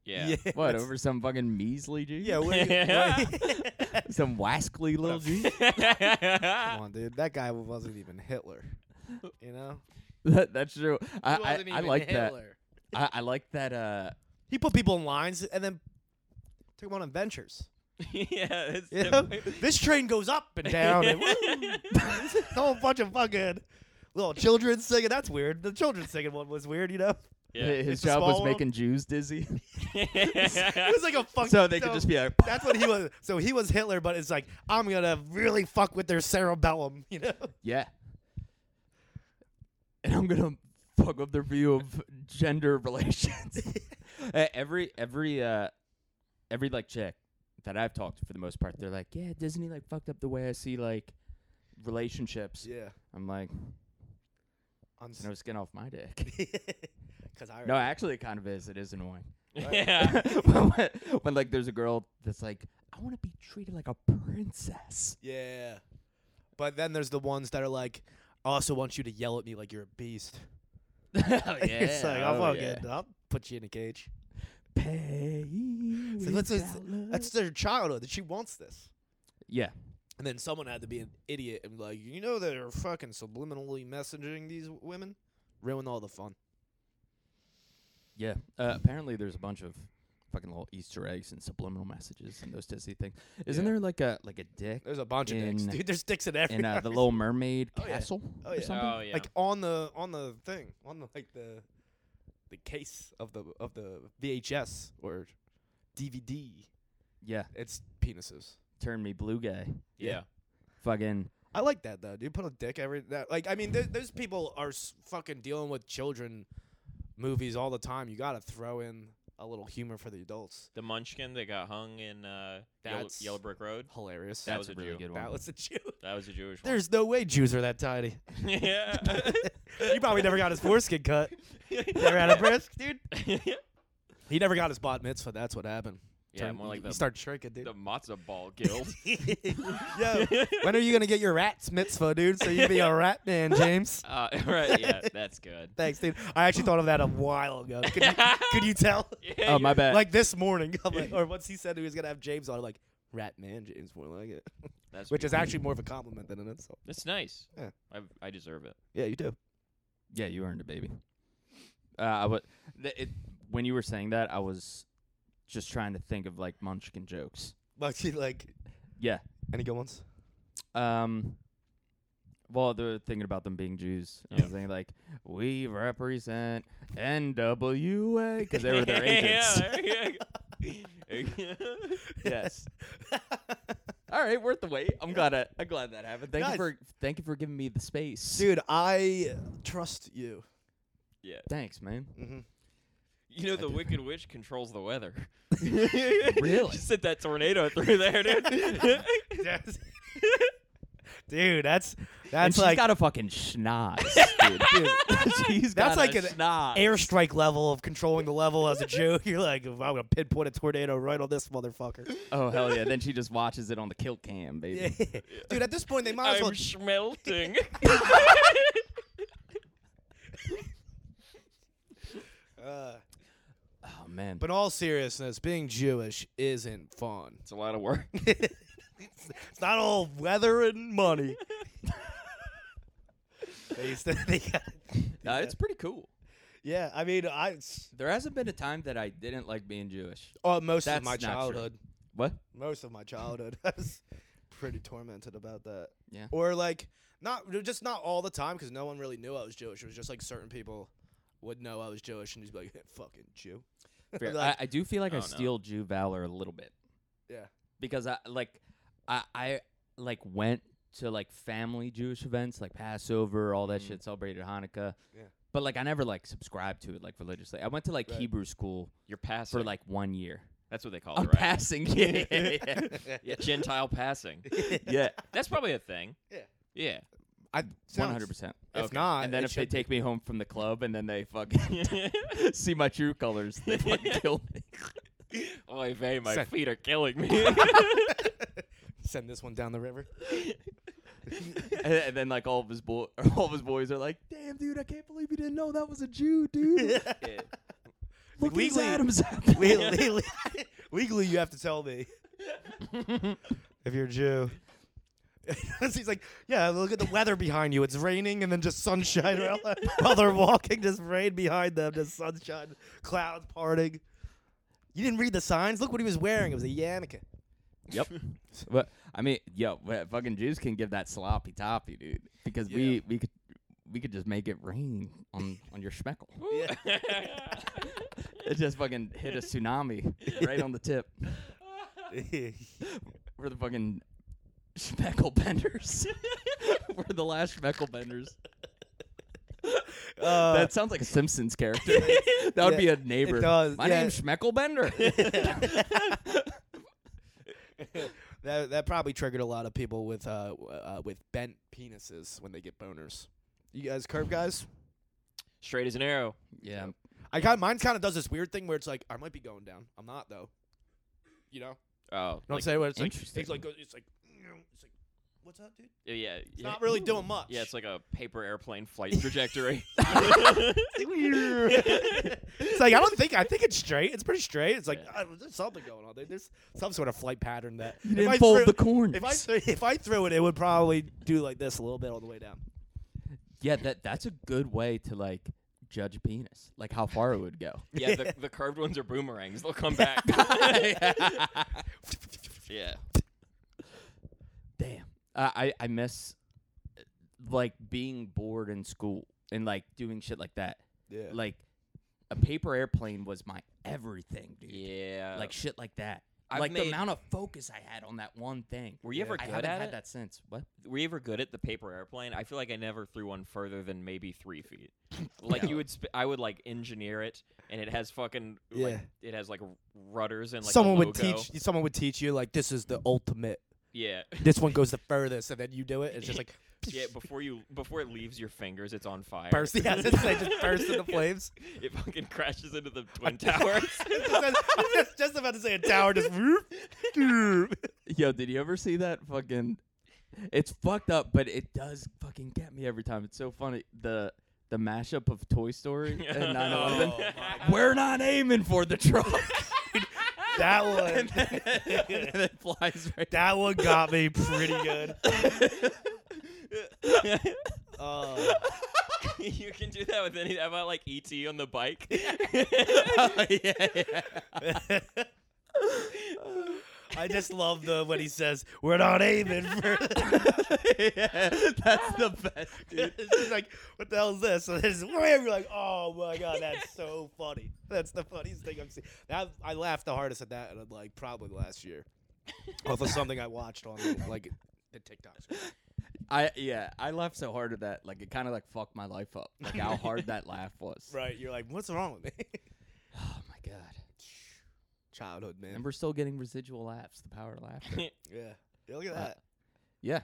A: Yeah.
B: What
C: that's-
B: over some fucking measly dude?
C: Yeah. What are you, [LAUGHS] right.
B: [LAUGHS] some wascally
A: [LAUGHS]
B: little dude.
C: Come on, dude. That guy wasn't even Hitler. You know.
B: [LAUGHS] that, that's true. I,
C: He
B: I,
C: wasn't
B: I
C: even
B: like that.
C: Hitler.
B: I, I like that. Uh,
C: He put people in lines and then took them on adventures.
A: yeah. It's
C: You [LAUGHS] know?
A: definitely-
C: this train goes up and down. And woo. [LAUGHS] It's a whole bunch of fucking little children singing. That's weird. The children singing one was weird, you know. [LAUGHS]
A: yeah. [LAUGHS]
B: his
C: It's a
B: job was
C: small-
B: making Jews
C: [LAUGHS]
B: dizzy, [LAUGHS]
C: It was like a fucking.
B: so they could just be like.
C: [LAUGHS] That's what he was. So he was Hitler, but it's like I'm gonna really fuck with their cerebellum, you know.
B: Yeah. And I'm gonna fuck up their view of gender
C: [LAUGHS]
B: [LAUGHS] relations. Eh, every every uh every like chick that I've talked to for the most part, they're like, Yeah, Disney like fucked up the way I see like relationships.
C: Yeah.
B: I'm like,
C: I'm
B: no
C: [LAUGHS]
B: skin off my dick.
C: Because I
B: No, actually it kind of is. It
C: [LAUGHS]
B: is annoying. [LAUGHS]
A: yeah.
B: when, when like there's a girl that's like, I wanna be treated like a princess.
C: Yeah. But then there's the ones that are like, I also want you to yell at me like you're a beast.
B: [LAUGHS] oh,
C: it's like I'll
B: oh,
C: fucking,
B: yeah.
C: I'll put you in a cage.
B: Pay
C: So that's, that's,
B: without love.
C: that's their childhood that she wants this.
B: yeah. And
C: And then someone had to be an idiot and be like, you know, they're fucking subliminally messaging these w- women, ruin all the fun.
B: Yeah. Uh, apparently, there's a bunch of fucking little Easter eggs and subliminal messages and those Disney things. Isn't
C: Yeah.
B: there like a like a
C: [LAUGHS]
B: dick
C: There's a bunch of dicks,
B: In-
C: dude. There's dicks in every.
B: in uh, the
C: house.
B: Little Mermaid
C: Oh, yeah.
B: castle
C: Oh,
B: or
C: yeah.
B: something?
A: Oh
C: [LAUGHS]
A: yeah.
C: like on the on the thing on the like the the case of the of the VHS or DVD.
B: yeah.
C: It's penises.
B: Turn me blue, guy.
A: yeah.
B: Fucking
C: I like that though. Do you put a dick every that? Like, I mean, th- those people are s- fucking dealing with children movies all the time. You gotta throw in a little humor for the adults.
A: The Munchkin that got hung in uh, Yellow,
C: That's-
A: Yellow Brick Road.
C: Hilarious.
A: That
C: That,
A: was
B: that's
A: a
B: a really
A: Jew.
B: good one.
C: was a Jew.
A: That was a Jewish
C: [LAUGHS]
A: one.
C: There's no way Jews are that [LAUGHS] tiny.
A: yeah.
C: he probably never got his foreskin cut. Never [LAUGHS] had a
A: [LAUGHS]
C: brisk, dude. He never got his bot mitzvah. That's what happened.
A: yeah,
C: Turn-
A: more like
C: you
A: the,
C: start shrinking, dude.
A: the matzo ball guild.
C: [LAUGHS] Yo, [LAUGHS] when are you gonna get your rat's mitzvah, dude? So you can be a rat man, James.
A: [LAUGHS] Uh, [LAUGHS] right. Yeah. That's
C: [LAUGHS]
A: good.
C: Thanks, dude. I actually thought of that a while ago. Could you, could you [LAUGHS] tell?
A: [LAUGHS] Yeah,
B: oh my
A: you're-
B: bad.
C: like this morning, [LAUGHS] I'm like, or once he said he was gonna have James on, I'm like Rat Man James, more like it,
A: That's
C: which is
A: weird.
C: actually more of a compliment than an insult.
A: That's nice.
C: Yeah.
A: I I deserve it.
C: Yeah, you do.
B: yeah, you earned it, baby. Uh, I wa- th- it, when you were saying that, I was just trying to think of like Munchkin jokes.
C: Like, [LAUGHS] he, like
B: Yeah.
C: any good ones?
B: Um. Well, they're thinking about them being Jews. I
A: Yeah.
B: was thinking like, we represent NWA because they were
C: [LAUGHS]
B: their
A: [LAUGHS]
B: agents.
A: yeah. there you go. [LAUGHS]
B: yes. All right, worth the wait. I'm glad. I, I'm glad that happened. Thank
C: Guys.
B: you for thank you for giving me the space.
C: Dude, I trust you.
A: yeah.
B: Thanks,
C: [LAUGHS]
B: man.
C: Mm-hmm.
A: You know the Wicked Witch controls the weather.
B: Really?
A: [LAUGHS] She sent that tornado through
C: [LAUGHS]
A: there, dude.
C: Yes. dude, that's
B: And
C: that's
B: she's
C: like
B: got a
C: [LAUGHS]
B: fucking schnoz, dude. [LAUGHS]
C: dude,
B: she's
C: That's
B: got
C: like
B: a
C: an
B: schnoz.
C: airstrike level of controlling the level [LAUGHS] as a joke. You're like, I'm gonna pinpoint a tornado right on this [LAUGHS] motherfucker.
B: oh hell yeah! Then she just watches it on the kill cam, baby.
C: Yeah. Dude, at this point they
A: [LAUGHS]
C: might as well [LAUGHS]
A: I'm smelting.
C: uh,
B: Oh man.
C: But in all seriousness, being Jewish isn't fun.
A: it's a lot of work. [LAUGHS]
C: It's not all weather and money. They used to- they got-
B: Nah, Uh, it's pretty cool.
C: yeah, I mean, I it's-
B: There hasn't been a time that I didn't like being Jewish.
C: oh, most of
B: That's
C: my
B: not true.
C: childhood,
B: What?
C: most of my childhood, [LAUGHS] I was pretty tormented about that.
B: Yeah.
C: or like not just not all the time because no one really knew I was Jewish. It was just like certain people would know I was Jewish and just be like, [LAUGHS] "Fucking Jew."
B: Fair.
C: Like-
B: I, I do feel like
A: Oh,
B: I
A: no.
B: steal Jew valor a little bit.
C: Yeah.
B: Because I like I I like went to like family Jewish events like Passover, all that shit, celebrated Hanukkah.
C: Mm-hmm. Yeah.
B: But like I never like subscribed to it like religiously. I went to like
C: Right.
B: Hebrew school
A: You're passing.
B: for like one year.
A: That's what they call
B: I'm
A: it, right?
B: passing.
C: [LAUGHS]
B: Yeah, yeah,
A: [LAUGHS] yeah, Gentile passing.
B: yeah,
A: That's probably a thing.
C: Yeah.
A: Yeah.
C: I
B: one hundred percent.
C: If
A: Okay.
C: not,
B: And then
C: it
B: if they
C: should
B: take me home from the club and then they fucking [LAUGHS] see my true colors, they fucking
C: [LAUGHS]
B: kill me.
A: Oy vey, my
C: Sen-
A: feet are killing me. [LAUGHS]
C: [LAUGHS] send this one down the river. [LAUGHS]
B: and, and then like all of his boy, [LAUGHS] all of his boys are like, "Damn, dude, I can't believe you didn't know that was a Jew,
C: [LAUGHS]
B: dude. Look at his
C: Legally-
B: Adam's apple."
C: Le- [LAUGHS]
B: [LAUGHS]
C: legally, legally, you have to tell me if you're a Jew. [LAUGHS] He's like, yeah, look at the weather behind you. It's raining and then just sunshine [LAUGHS] while- while they're walking. Just rain behind them, just sunshine, clouds parting. You didn't read the signs. Look what he was wearing. It was a yarmulke.
B: Yep. But I mean, yo, but fucking Jews can give that sloppy toppy, dude, because we we could we could just make it rain on on your schmeckle.
C: Yeah.
B: [LAUGHS] it just fucking hit a
C: [LAUGHS]
B: tsunami right on the tip. We're the fucking schmeckle benders. [LAUGHS] We're the last schmeckle benders.
C: Uh,
B: that sounds like a Simpsons [LAUGHS] character. that would
C: Yeah,
B: be a neighbor.
C: it does,
B: My
C: yeah.
B: name's Schmeckle
C: [LAUGHS]
B: Bender.
C: that that probably triggered a lot of people with uh, w- uh with bent penises when they get boners. You guys, curve guys.
A: Straight as an arrow.
B: yeah.
C: I got mine. Kind of does this weird thing where it's like I might be going down. I'm not though. You know.
A: Oh,
C: You know what I'm
A: like-
C: saying? Where it's like
B: interesting.
C: it's like go- it's like it's like what's up, dude?
A: yeah,
C: It's not really doing much.
A: Yeah,
C: [LAUGHS]
A: it's like a paper airplane flight trajectory. [LAUGHS]
C: it's like I don't think I think it's straight. It's pretty straight. It's like uh, there's something going on. There. There's some sort of flight pattern that
B: You
C: if I
B: didn't fold
C: threw-
B: the corners.
C: If I threw, if I threw it, it would probably do like this a little bit all the way down.
B: yeah, that that's a good way to like judge a penis, like how far it
A: [LAUGHS]
B: would go. [LAUGHS]
A: yeah, the, the curved ones are boomerangs. They'll
C: [LAUGHS]
A: come back. yeah.
B: Damn. Uh, I I miss uh, like being bored in school and like doing shit like that.
C: Yeah.
B: Like a paper airplane was my everything,
A: [LAUGHS]
B: dude.
A: Yeah.
B: Like shit like that.
A: I've
B: like
A: made-
B: the amount of focus I had on that one thing.
A: were you ever
B: I
A: good
B: haven't
A: at
B: had
A: it?
B: that since. What?
A: Were you ever good at the paper airplane? I feel like I never threw one further than maybe three feet. Like you would, sp- I would like engineer it, and it has fucking like
C: Yeah.
A: it has like rudders and like a
C: someone would
A: logo.
C: teach someone would teach you like this is the ultimate.
A: Yeah,
C: [LAUGHS] This one goes the furthest, and then you do it. It's just like
A: yeah. Before you, before it leaves your fingers, it's on fire.
C: burst. Yeah, [LAUGHS] it's like just burst
A: [LAUGHS]
C: into flames.
A: It fucking crashes
C: [LAUGHS]
A: into the twin towers.
C: I was
A: [LAUGHS]
C: just- just about to say a tower just. whoop, whoop.
B: [LAUGHS] Yo, did you ever see that fucking? It's fucked up, but it does fucking get me every time. It's so funny. The the mashup of
C: [LAUGHS]
B: Toy Story and 911.
A: [LAUGHS]
C: Oh, my
B: We're not aiming for
C: [LAUGHS]
B: the truck.
C: that one.
B: and, then, and then it flies right.
C: That one got me pretty good. [LAUGHS] Oh,
A: you can do that with any. How about like ET on
C: [LAUGHS]
A: the bike?
B: Oh, yeah, yeah.
C: [LAUGHS] I just love the when he says we're not aiming for. [LAUGHS]
B: Yeah, [LAUGHS] that's the best, dude.
C: it's just like what the hell is this? So this is we're like, oh my god, that's so funny. That's the funniest thing I've seen. That I laughed the hardest at that, and like probably last year, off of something I watched on like the TikTok.
B: I yeah, I laughed so hard at that, like it kind of like fucked my life up, like how hard that laugh was.
C: Right, you're like, what's wrong with me?
B: [SIGHS] Oh my god,
C: Childhood man.
B: and we're still getting residual laughs. The power of laughter.
C: yeah. Yeah, look at
B: Uh,
C: that.
B: Yeah.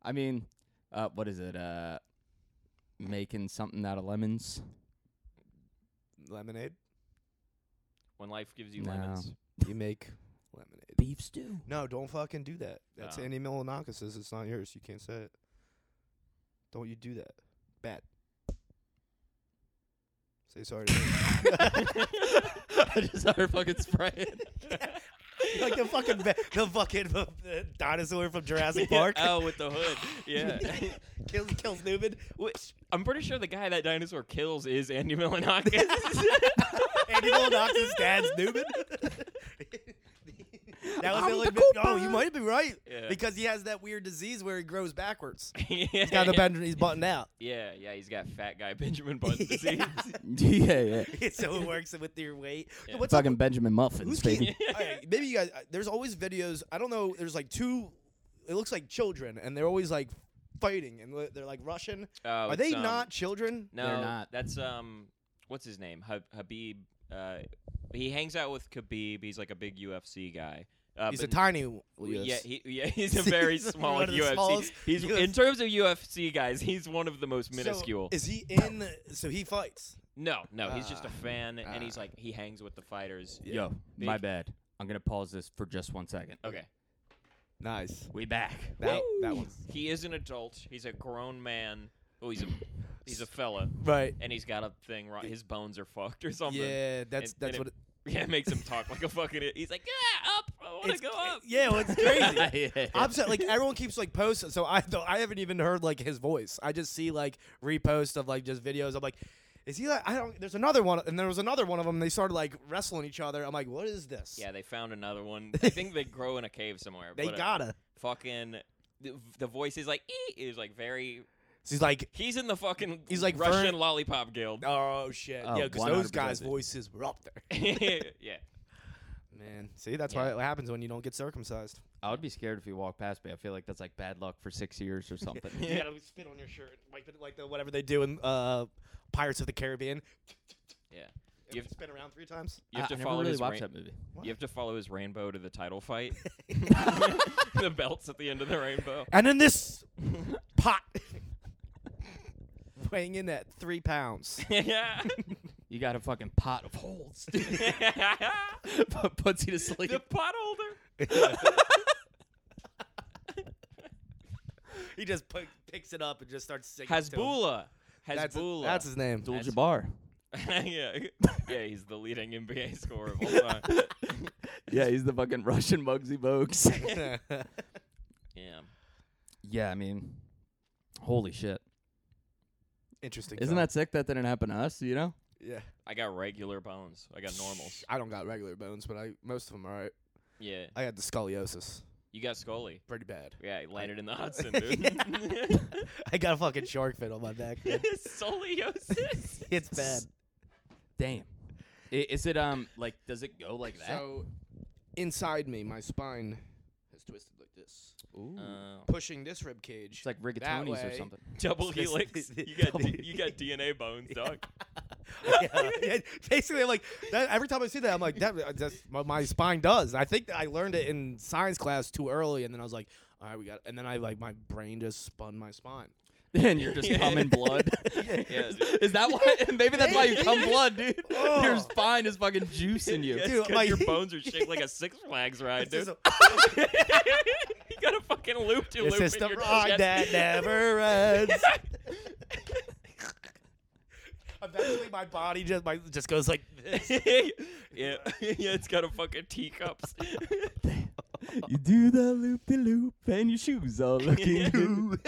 B: I mean, uh, what is it? Uh, making something out of lemons.
C: lemonade.
A: [LAUGHS] when life gives you
B: No.
A: lemons.
C: You make lemonade.
B: Beef stew.
C: No, don't fucking do that. That's
A: No.
C: Andy Milanakis's. It's not yours. You can't say it. Don't you do that. Bat. Say sorry. to me.
B: I just [LAUGHS] started fucking spraying.
C: like the fucking ba- the fucking uh, the dinosaur from Jurassic Park [LAUGHS]
A: [LAUGHS] Oh, with the hood. Yeah.
C: kills kills Newman.
A: [LAUGHS] Which, I'm pretty sure the guy that dinosaur kills is Andy Milanakis.
C: Andy Milanakis' dad's Newman. [LAUGHS] that was
B: I'm
C: the only
B: the
C: bit. Oh, you
B: Cooper.
C: might be right
A: Yeah.
C: because he has that weird disease where he grows backwards.
A: yeah.
C: [LAUGHS]
A: [LAUGHS]
C: He's got the bend. He's buttoned out.
A: yeah, yeah, he's got fat
C: [LAUGHS]
A: guy Benjamin Button disease.
B: yeah, yeah.
A: [LAUGHS]
C: so it works with your weight.
A: Yeah.
C: What's up
B: Fucking Benjamin
C: [LAUGHS]
B: Muffins,
C: Who's
B: baby.
C: baby.
A: [LAUGHS]
C: maybe you guys. uh, There's always videos. I don't know. There's like two. It looks like children, and they're always like fighting, and li- they're like Russian.
A: Oh,
C: Are
A: it's,
C: they
A: um,
C: not children?
A: No,
B: They're not.
A: That's um, what's his name? Ha- Habib. Uh, he hangs out with Khabib. He's like a big UFC guy. Uh,
C: He's a
A: but-
C: tiny. w-
A: Yeah,
C: yes.
A: he,
C: [LAUGHS]
A: yeah, [LAUGHS] he's a very
C: He's
A: small
C: one of the
A: UFC.
C: smallest
A: He's in
C: UFC.
A: terms of UFC guys, he's one of the most
C: So,
A: minuscule.
C: is he in? So he fights.
A: no, no, he's just a
C: Ah,
A: fan, and he's
C: ah.
A: like he hangs with the fighters.
C: Yeah.
B: Yo, my
A: Big-
B: bad. I'm gonna pause this for just one second. [LAUGHS]
A: Okay,
C: Nice.
B: We back.
C: That
A: Woo!
C: that one's
A: he is an adult. He's a grown man. Oh, he's a he's a fella,
C: right.
A: and he's got a thing. wrong. His bones are fucked or something.
C: Yeah, that's
A: And-
C: that's
A: and
C: what.
A: it- [LAUGHS] Yeah, it makes him talk like a fucking. i- He's like, yeah, up. I want to
C: It's
A: go
C: ca-
A: up.
C: yeah, well, it's
A: [LAUGHS]
C: crazy.
B: Yeah.
C: I'm upset. Like everyone keeps like posting, so I though I haven't even heard like his voice. I just see like reposts of like just videos. I'm like, is he like? I don't. There's another one, and there was another one of them. They started like wrestling each other. I'm like, what is this?
A: Yeah, they found another one.
C: [LAUGHS]
A: I think they grow in a cave somewhere.
C: they
A: but, uh,
C: gotta.
A: fucking. The, the voice is like, ee, is like very.
C: So he's like,
A: He's in the fucking.
C: He's like
A: Russian
C: Vern-
A: lollipop guild.
C: oh shit,
B: Oh,
C: yeah, because those
B: 100%
C: guys'
B: it.
C: voices were up there.
A: [LAUGHS] yeah.
C: Man, see, that's
A: Yeah.
C: why it happens when you don't get
A: [LAUGHS]
C: circumcised.
B: I would be scared if you walked past me. I feel like that's like bad luck for six years or something.
C: You gotta spit on your shirt, wipe it like the whatever they do in uh, Pirates of the Caribbean.
A: Yeah.
C: And
A: You've-
C: spin around three times. [LAUGHS]
A: You have
B: I,
A: to
B: I
A: follow
B: never really
A: his
B: watched
A: rain-
B: that movie.
A: You have to follow his rainbow to the title
C: [LAUGHS]
A: fight. [LAUGHS] the belts at the end of the rainbow. [LAUGHS]
C: And in this pot, weighing in at three pounds.
A: yeah.
B: You got a fucking pot of holes,
A: [LAUGHS]
B: dude. [LAUGHS] Put- puts you to sleep.
A: the pot holder.
C: He just pu- picks it up and just starts singing. to him.
A: Hasbula.
C: That's,
A: Hasbula.
C: that's his
B: [LAUGHS]
C: name.
B: Abdul
A: That's-
B: Jabbar.
C: [LAUGHS]
A: yeah. Yeah, he's the leading NBA scorer of all time.
B: Yeah, he's the fucking Russian Muggsy [LAUGHS] Bogues.
A: Yeah.
B: yeah, I mean, holy shit.
C: Interesting.
B: Isn't that sick that didn't happen to us, you know?
C: Yeah.
A: I got regular bones. I got normals.
C: I don't got regular bones, but I most of them are. Right.
A: Yeah.
C: I had the scoliosis.
A: You got Scully.
C: Pretty bad.
A: Yeah, he landed in the Hudson, dude.
C: [LAUGHS] I got a fucking shark fin on my [LAUGHS] back. man.
A: [LAUGHS] Scoliosis.
C: It's bad.
B: Damn. I- Is it, um, like, does it go like that?
C: So inside me, my spine has twisted like this,
B: Ooh.
A: Uh,
C: pushing this rib cage.
B: Um, it's like
C: that
B: rigatoni's or
C: way. [LAUGHS]
B: something.
A: double
B: [LAUGHS]
A: helix. You got D- you got DNA bones, dog.
C: yeah. [LAUGHS] Yeah, Basically, I'm like that, every time I see that, I'm like, that, uh, that's what my spine does. I think that I learned it in science class too early, and then I was like, all right, we got. And then I like my brain just spun my spine.
B: [LAUGHS] and
C: [LAUGHS]
B: you're just
A: Yeah.
B: coming blood. [LAUGHS]
A: Yeah,
B: Is- Is that why? Maybe that's why you
C: [LAUGHS]
B: come blood, dude. Your
C: Oh.
B: spine is fucking
C: [LAUGHS]
B: juicing you.
A: Yes,
C: Dude,
A: 'cause
C: my-
A: your bones are shaped like a Six
C: [LAUGHS]
A: Flags ride,
C: It's
A: dude. [LAUGHS]
C: just a-
A: you got a fucking loop to loop
C: It's
A: in
C: just a
A: your
C: rock
A: chest. [LAUGHS]
C: that never ends. Eventually, my body just my, just goes like this.
A: [LAUGHS] yeah, yeah, it's got a fucking teacups. [LAUGHS]
B: You do the loop de loop, and your
C: [LAUGHS]
B: shoes are looking good.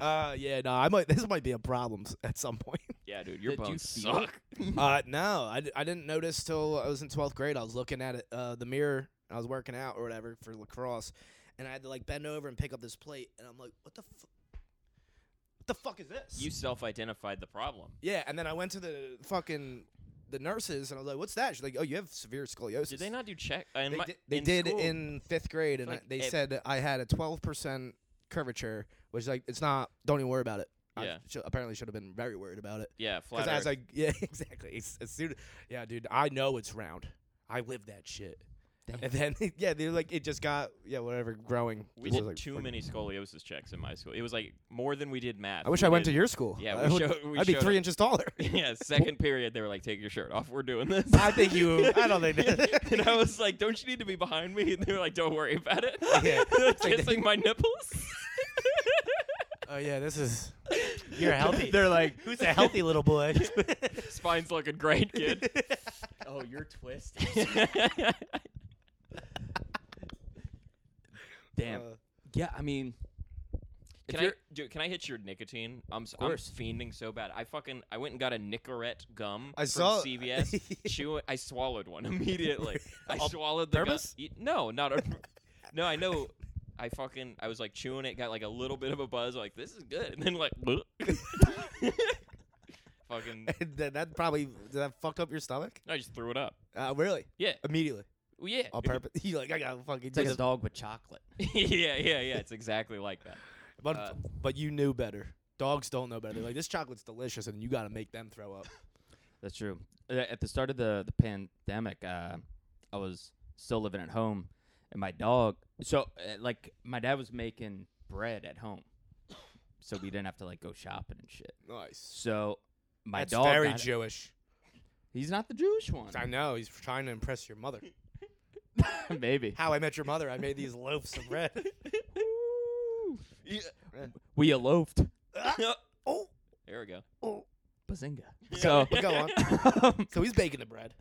C: Uh, yeah, no, I might. This might be a problem s- at some point.
A: yeah, dude, your
B: Did you
A: bones
B: feel it?
A: suck.
C: Uh, no, I, d- I didn't notice till I was in twelfth grade. I was looking at it, uh, the mirror. I was working out or whatever for lacrosse, and I had to like bend over and pick up this plate, and I'm like, what the, fu- what the fuck is this?
A: You self-identified the problem.
C: yeah, and then I went to the fucking the nurses, and I was like, what's that? She's like, oh, you have severe scoliosis.
A: Did they not do check? uh, in
C: They,
A: my-
C: did, they
A: in
C: did
A: school?
C: in fifth grade, and I-
A: like
C: they
A: ev-
C: said I had a 12% curvature, which is like it's not. Don't even worry about it.
A: Yeah.
C: I sh- apparently should have been very worried about it
A: Yeah,
C: because
A: flat
C: I [LAUGHS] was
A: Earth.
C: like, yeah, exactly. It's, as soon, yeah, dude, I know it's round. I live that shit. And then [LAUGHS] yeah, they're like it just got yeah whatever growing.
A: we
C: It was
A: did
C: like,
A: too
C: fuck-
A: many scoliosis checks in my school. It was like more than we did math.
C: I wish
A: We
C: I went
A: did-
C: to your school.
A: Yeah,
C: I
A: we
C: would-
A: showed- we
C: I'd be
A: showed
C: three
A: it.
C: inches [LAUGHS] taller.
A: [LAUGHS] Yeah, second period they were like, "Take your shirt off. We're doing this."
C: I think you- I don't
A: [LAUGHS]
C: think that-
A: and I was like, "Don't you need to be behind me?" And they were like, "Don't worry about
C: [LAUGHS]
A: it." [LAUGHS]
C: Yeah.
A: kissing my nipples. [LAUGHS]
C: oh yeah, this is you're healthy.
B: [LAUGHS] They're like,
C: [LAUGHS] Who's a healthy
B: [LAUGHS]
C: little [LAUGHS] boy?
A: Spine's looking great,
C: [LAUGHS]
A: kid. [LAUGHS]
B: oh, you're twisted. [LAUGHS] Damn.
C: Uh,
B: yeah, I mean, if
A: can I,
B: you're-
A: dude, can I hit your nicotine? I'm, s- I'm
B: course.
A: fiending so bad. I fucking, I went and got a Nicorette gum
C: I
A: from
C: saw- [LAUGHS]
A: CVS. Chew, it- I swallowed one [LAUGHS] immediately. I swallowed the gum.
C: purpose?
A: Y- No, not a. no, I know. I fucking, I was like chewing it, got like a little bit of a buzz, like this is good, and then like, [LAUGHS] fucking,
C: that, that probably did that fucked up your stomach.
A: I just threw it up.
C: Uh, really?
A: Yeah,
C: Immediately.
A: Well, yeah,
C: On purpose. [LAUGHS] You like I got fucking.
B: it's like a
C: just-
B: dog with chocolate.
A: yeah, [LAUGHS] yeah, yeah. It's exactly like that.
C: but
A: uh,
C: but you knew better. Dogs don't know better. They're like this chocolate's delicious, and you got to make them throw up.
B: That's true. Uh, At the start of the, the pandemic, uh, I was still living at home, and my dog. So, uh, like, my dad was making bread at home, so we didn't have to like go shopping and shit.
C: Nice.
B: So, my
C: That's
B: dog.
C: very
B: got it. Mm-hmm.
C: Jewish.
B: He's not the Jewish one.
C: I know. He's trying to impress your mother.
B: [LAUGHS] Maybe
C: How I Met Your Mother. I made these loaves of [LAUGHS] bread.
B: we eloped.
C: [LAUGHS] oh,
A: There we go. [LAUGHS]
C: oh.
B: Bazinga. So, [LAUGHS]
C: But go on.
B: um,
C: So he's baking the bread.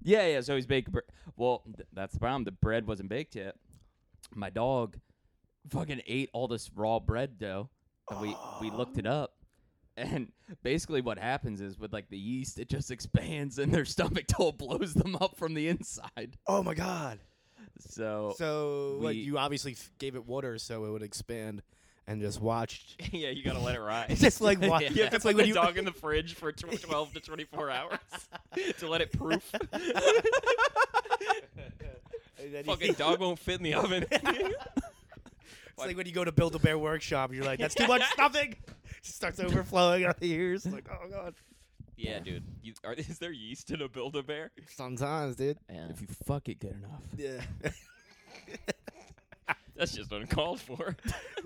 B: Yeah, yeah. So he's baked. Bre- well, th- that's the problem. The bread wasn't baked yet. My dog fucking ate all this raw bread dough, and we we looked it up. And basically, what happens is with like the yeast, it just [LAUGHS] expands in their stomach [LAUGHS] till it blows them up from the inside.
C: Oh my God.
B: So,
C: So like
B: we-
C: you obviously f- gave it water so it would expand, and just
B: Mm-hmm. [LAUGHS]
C: watched. [LAUGHS]
A: yeah, you gotta let it ride.
C: just like wa-
A: You have to
C: it's
A: put
C: like
A: the
C: when you [LAUGHS]
A: dog in the fridge for tw- 12 to 24 hours to let it
C: [LAUGHS]
A: proof. [LAUGHS]
C: And then you-
A: Fucking dog won't fit in
C: [LAUGHS]
A: the oven. [LAUGHS]
C: It's like when you go to Build a Bear Workshop, you're like, "That's too
B: [LAUGHS]
C: much stuffing." It starts overflowing out the ears. Like, oh god.
A: yeah, dude. You, are, is there yeast in a Build-A-Bear?
C: Sometimes, dude.
A: Yeah.
B: if you fuck it good enough,
C: Yeah. [LAUGHS]
A: That's just
C: [LAUGHS]
A: uncalled for.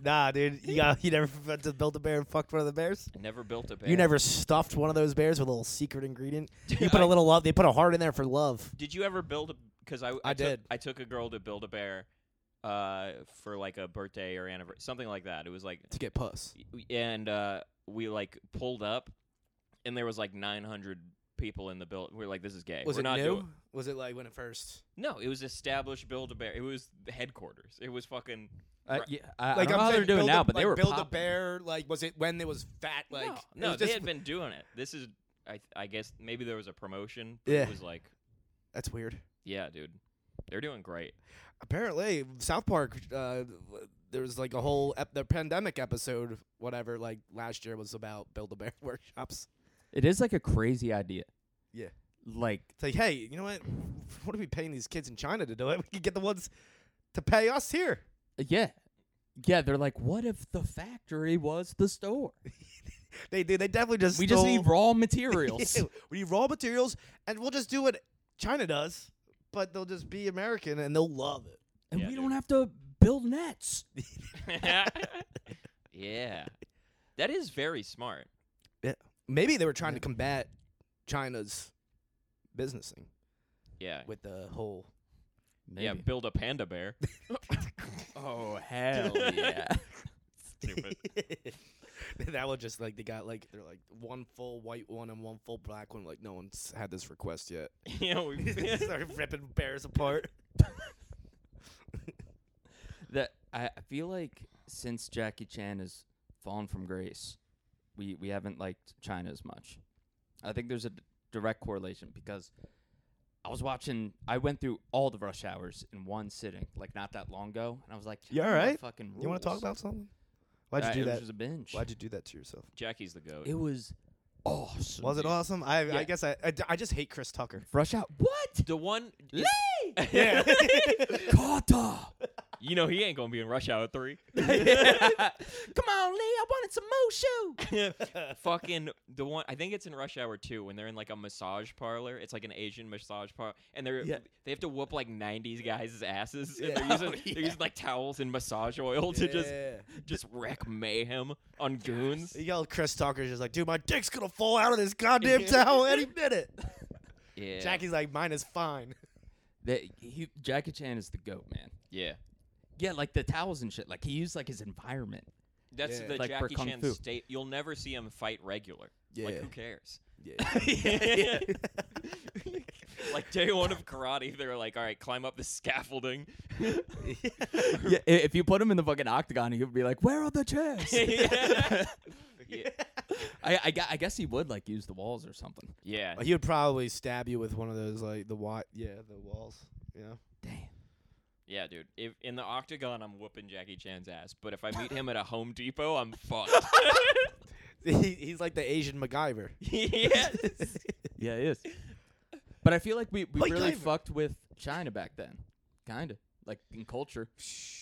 C: nah, dude. You got you never [LAUGHS] went to Build a Bear and fucked one of the bears.
A: I never built a bear.
C: You never stuffed one of those bears with a little secret ingredient.
A: Dude,
C: You put
A: I-
C: a little love. They put a heart in there for love.
A: Did you ever build a? Because I,
C: I
A: took-
C: did.
A: I took a girl to build a bear, uh, for like a birthday or anniversary, something like that. It was like,
C: To get puss.
A: and uh, we like pulled up, and there was like 900 people in the build. We are like, this is gay.
C: Was
A: We're
C: it
A: not
C: new?
A: doing.
C: Was it like when it first?
A: No, it was established Build a Bear. It was the headquarters. It was fucking.
B: uh,
A: Right.
B: yeah, I, I don't know how they're doing
C: Build a-
B: now, but they
C: like
B: were
C: Build a
B: popping.
C: Bear. Like, was it when it was fat? Like,
A: no,
C: it
A: no,
C: was
A: they
C: just-
A: had been doing it. This is, I, I guess maybe there was a promotion. But
C: Yeah.
A: It was like,
C: That's weird.
A: yeah, dude, they're
C: [LAUGHS]
A: doing great. [LAUGHS]
C: Apparently, South Park. Uh, there was like a whole ep- the pandemic episode, whatever. Like last year was about Build a Bear [LAUGHS] workshops.
B: It is like a crazy idea.
C: Yeah.
B: Like
C: It's like, hey, you know what? What are we paying these kids in China to do it? We could get the ones to pay us here.
B: Yeah. Yeah, they're like, what if the factory was the store?
C: They they, they definitely just
B: We just
C: stole-
B: need raw [LAUGHS] materials.
C: Yeah, [LAUGHS] we need raw materials, and we'll just do what China does, but they'll just be American and they'll love it.
B: And
A: Yeah,
B: we
A: dude.
B: don't have to build nets.
A: yeah, that is very smart.
C: Maybe they were trying to combat China's business thing
A: Yeah,
C: with the whole.
A: yeah, build a
C: [LAUGHS]
A: panda bear. [LAUGHS]
B: Oh, hell [LAUGHS] yeah.
A: Stupid.
C: [LAUGHS] that one just like they got like they're like one full white one and one full black one. Like no one's had this request
B: [LAUGHS]
C: yet. [LAUGHS]
A: yeah, we,
C: They [LAUGHS] started ripping bears apart.
B: that I I feel like since Jackie Chan has fallen from grace, we, we haven't liked China as much. I think there's a d- direct correlation because I was watching, I went through all the rush hours in one sitting, like not that long ago, and I was like,
C: You all
B: "China
C: right?
B: Fucking rules.
C: You want to talk about something? Why'd you
B: Uh,
C: do
B: it
C: that?
B: Was just a binge.
C: Why'd you do that to yourself?
A: Jackie's the goat.
B: It was awesome.
C: Was it
B: dude.
C: awesome? I
B: Yeah.
C: I guess I, I d- I just hate Chris Tucker.
B: [LAUGHS] Rush out. What?
A: the one,
B: Lee!
C: [LAUGHS] Yeah. [LAUGHS]
B: [LAUGHS] Carter.
A: [LAUGHS] you know, he ain't gonna be in Rush Hour three.
C: [LAUGHS]
B: Come on, Lee. I wanted some Moshu.
A: Fucking the one. I think it's in Rush Hour two when they're in like a massage parlor. It's like an Asian massage parlor, and they're
B: Yeah.
A: they have to whoop like '90s guys' asses. And
C: Yeah.
A: they're
C: [LAUGHS]
A: using
B: Oh, yeah.
A: they're using like towels and massage oil to just just wreck mayhem on goons.
C: You yelled Chris Tucker's just like, dude, my dick's gonna fall out of this goddamn towel any minute.
A: [LAUGHS] Yeah,
C: Jackie's like, mine is fine.
B: That he, Jackie Chan is the goat, man.
A: Yeah,
B: Yeah, like the towels and shit. Like he used like his environment.
A: that's
C: Yeah.
A: the
B: Like for
A: Jackie
B: Kung
A: Chan
B: Fu.
A: state. You'll never see him fight regular. Like
C: Yeah. [LAUGHS]
A: who cares?
C: Yeah.
A: [LAUGHS] like day one of karate, they're like, all right, climb up
C: [LAUGHS]
A: the scaffolding. [LAUGHS]
B: yeah, i- if you put him in the fucking octagon, he would be like, "Where are the chairs?"
A: yeah.
B: [LAUGHS] I, I, gu- I guess he would like use the walls or something.
A: yeah,
C: he would probably stab you with one of those like the wa- yeah, the walls. Yeah.
B: Damn.
A: yeah, dude. If in the octagon, I'm whooping Jackie Chan's ass, but if I meet him at a Home Depot, I'm
C: [LAUGHS]
A: fucked.
C: [LAUGHS] He, he's like the Asian MacGyver.
A: yeah,
C: [LAUGHS]
B: Yeah, he is. But I feel like we, we
C: Like
B: really
C: Ivan.
B: fucked with China back then, kind of like in culture.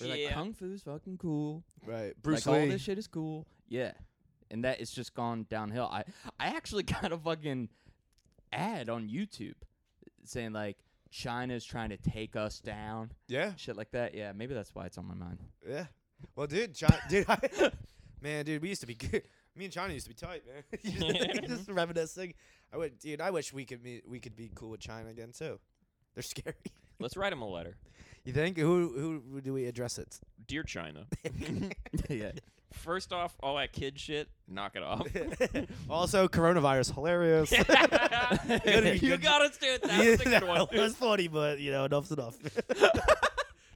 B: We're like,
A: Yeah.
B: "Kung Fu's fucking cool."
C: [LAUGHS] Right. Bruce
B: like
C: Lee.
B: all this shit is cool. Yeah. and that it's just gone downhill. I I actually [LAUGHS] got a fucking ad on YouTube saying like China's trying to take us down,
C: Yeah,
B: shit like that. Yeah, maybe that's why it's on my mind.
C: yeah. Well, dude, China, [LAUGHS] dude, I, man, dude, we used to be good. Me and China used to be tight, man. [LAUGHS] Just reminiscing. I would, dude. I wish we could be, we could be cool with China again too. They're scary.
A: Let's write him a letter.
C: [LAUGHS] You think? Who who do we address it?
A: Dear China,
B: [LAUGHS] yeah,
A: first off, all that kid shit, knock
C: [LAUGHS]
A: it off.
C: [LAUGHS]
A: [LAUGHS]
C: also, coronavirus [LAUGHS] hilarious. be
A: you
C: good. [LAUGHS]
A: got us, dude. That's
C: Yeah,
A: the good
C: no,
A: one.
C: It was funny, but you know, enough's [LAUGHS] enough.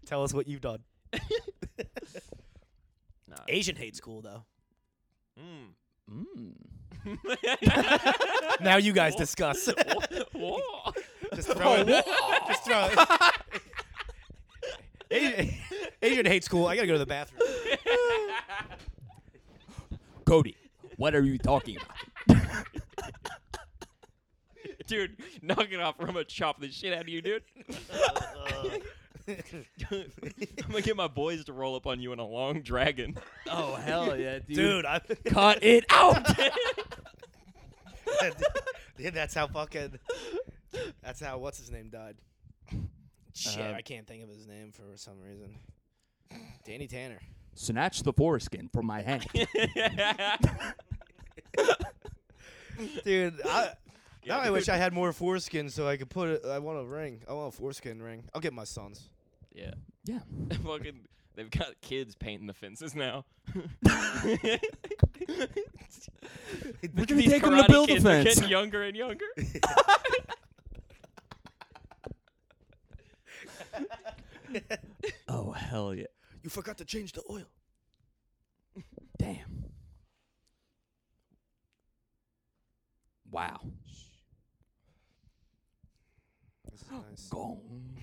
C: Tell us what you've done.
A: Nah.
C: Asian hate's cool though.
A: Mm.
B: [LAUGHS]
A: [LAUGHS]
B: mm.
C: Now you [LAUGHS] guys discuss.
A: Whoa.
C: just throw it. just throw it. [LAUGHS] Asian, Asian hate's cool. I gotta go to the [LAUGHS] bathroom.
B: Cody, what are you talking about?
A: dude, knock it off. Or I'm gonna chop the shit out of you, dude. [LAUGHS] I'm gonna get my boys to roll up on you in a long dragon.
B: [LAUGHS]
A: [LAUGHS]
B: Oh hell [LAUGHS] yeah, dude!
C: Dude, [LAUGHS] I,
B: Cut it out.
C: dude, that's how fucking. That's how what's his name died. Shit,
B: Uh,
C: I can't think of his name for some reason. Danny Tanner.
B: [LAUGHS] Snatch the foreskin from my [LAUGHS] hand.
C: dude. [LAUGHS] I,
A: Yeah,
C: now I wish
A: dude.
C: I had more foreskin so I could put it. I want a ring. I want a foreskin ring. I'll get my sons.
A: yeah.
B: yeah.
A: [LAUGHS] Fucking, they've got kids painting the
C: [LAUGHS]
A: fences now.
B: We're
A: These karate kids are getting younger and younger.
B: Oh hell yeah!
C: You forgot to change the oil.
B: Damn. Wow.
C: This is nice.
B: Gong.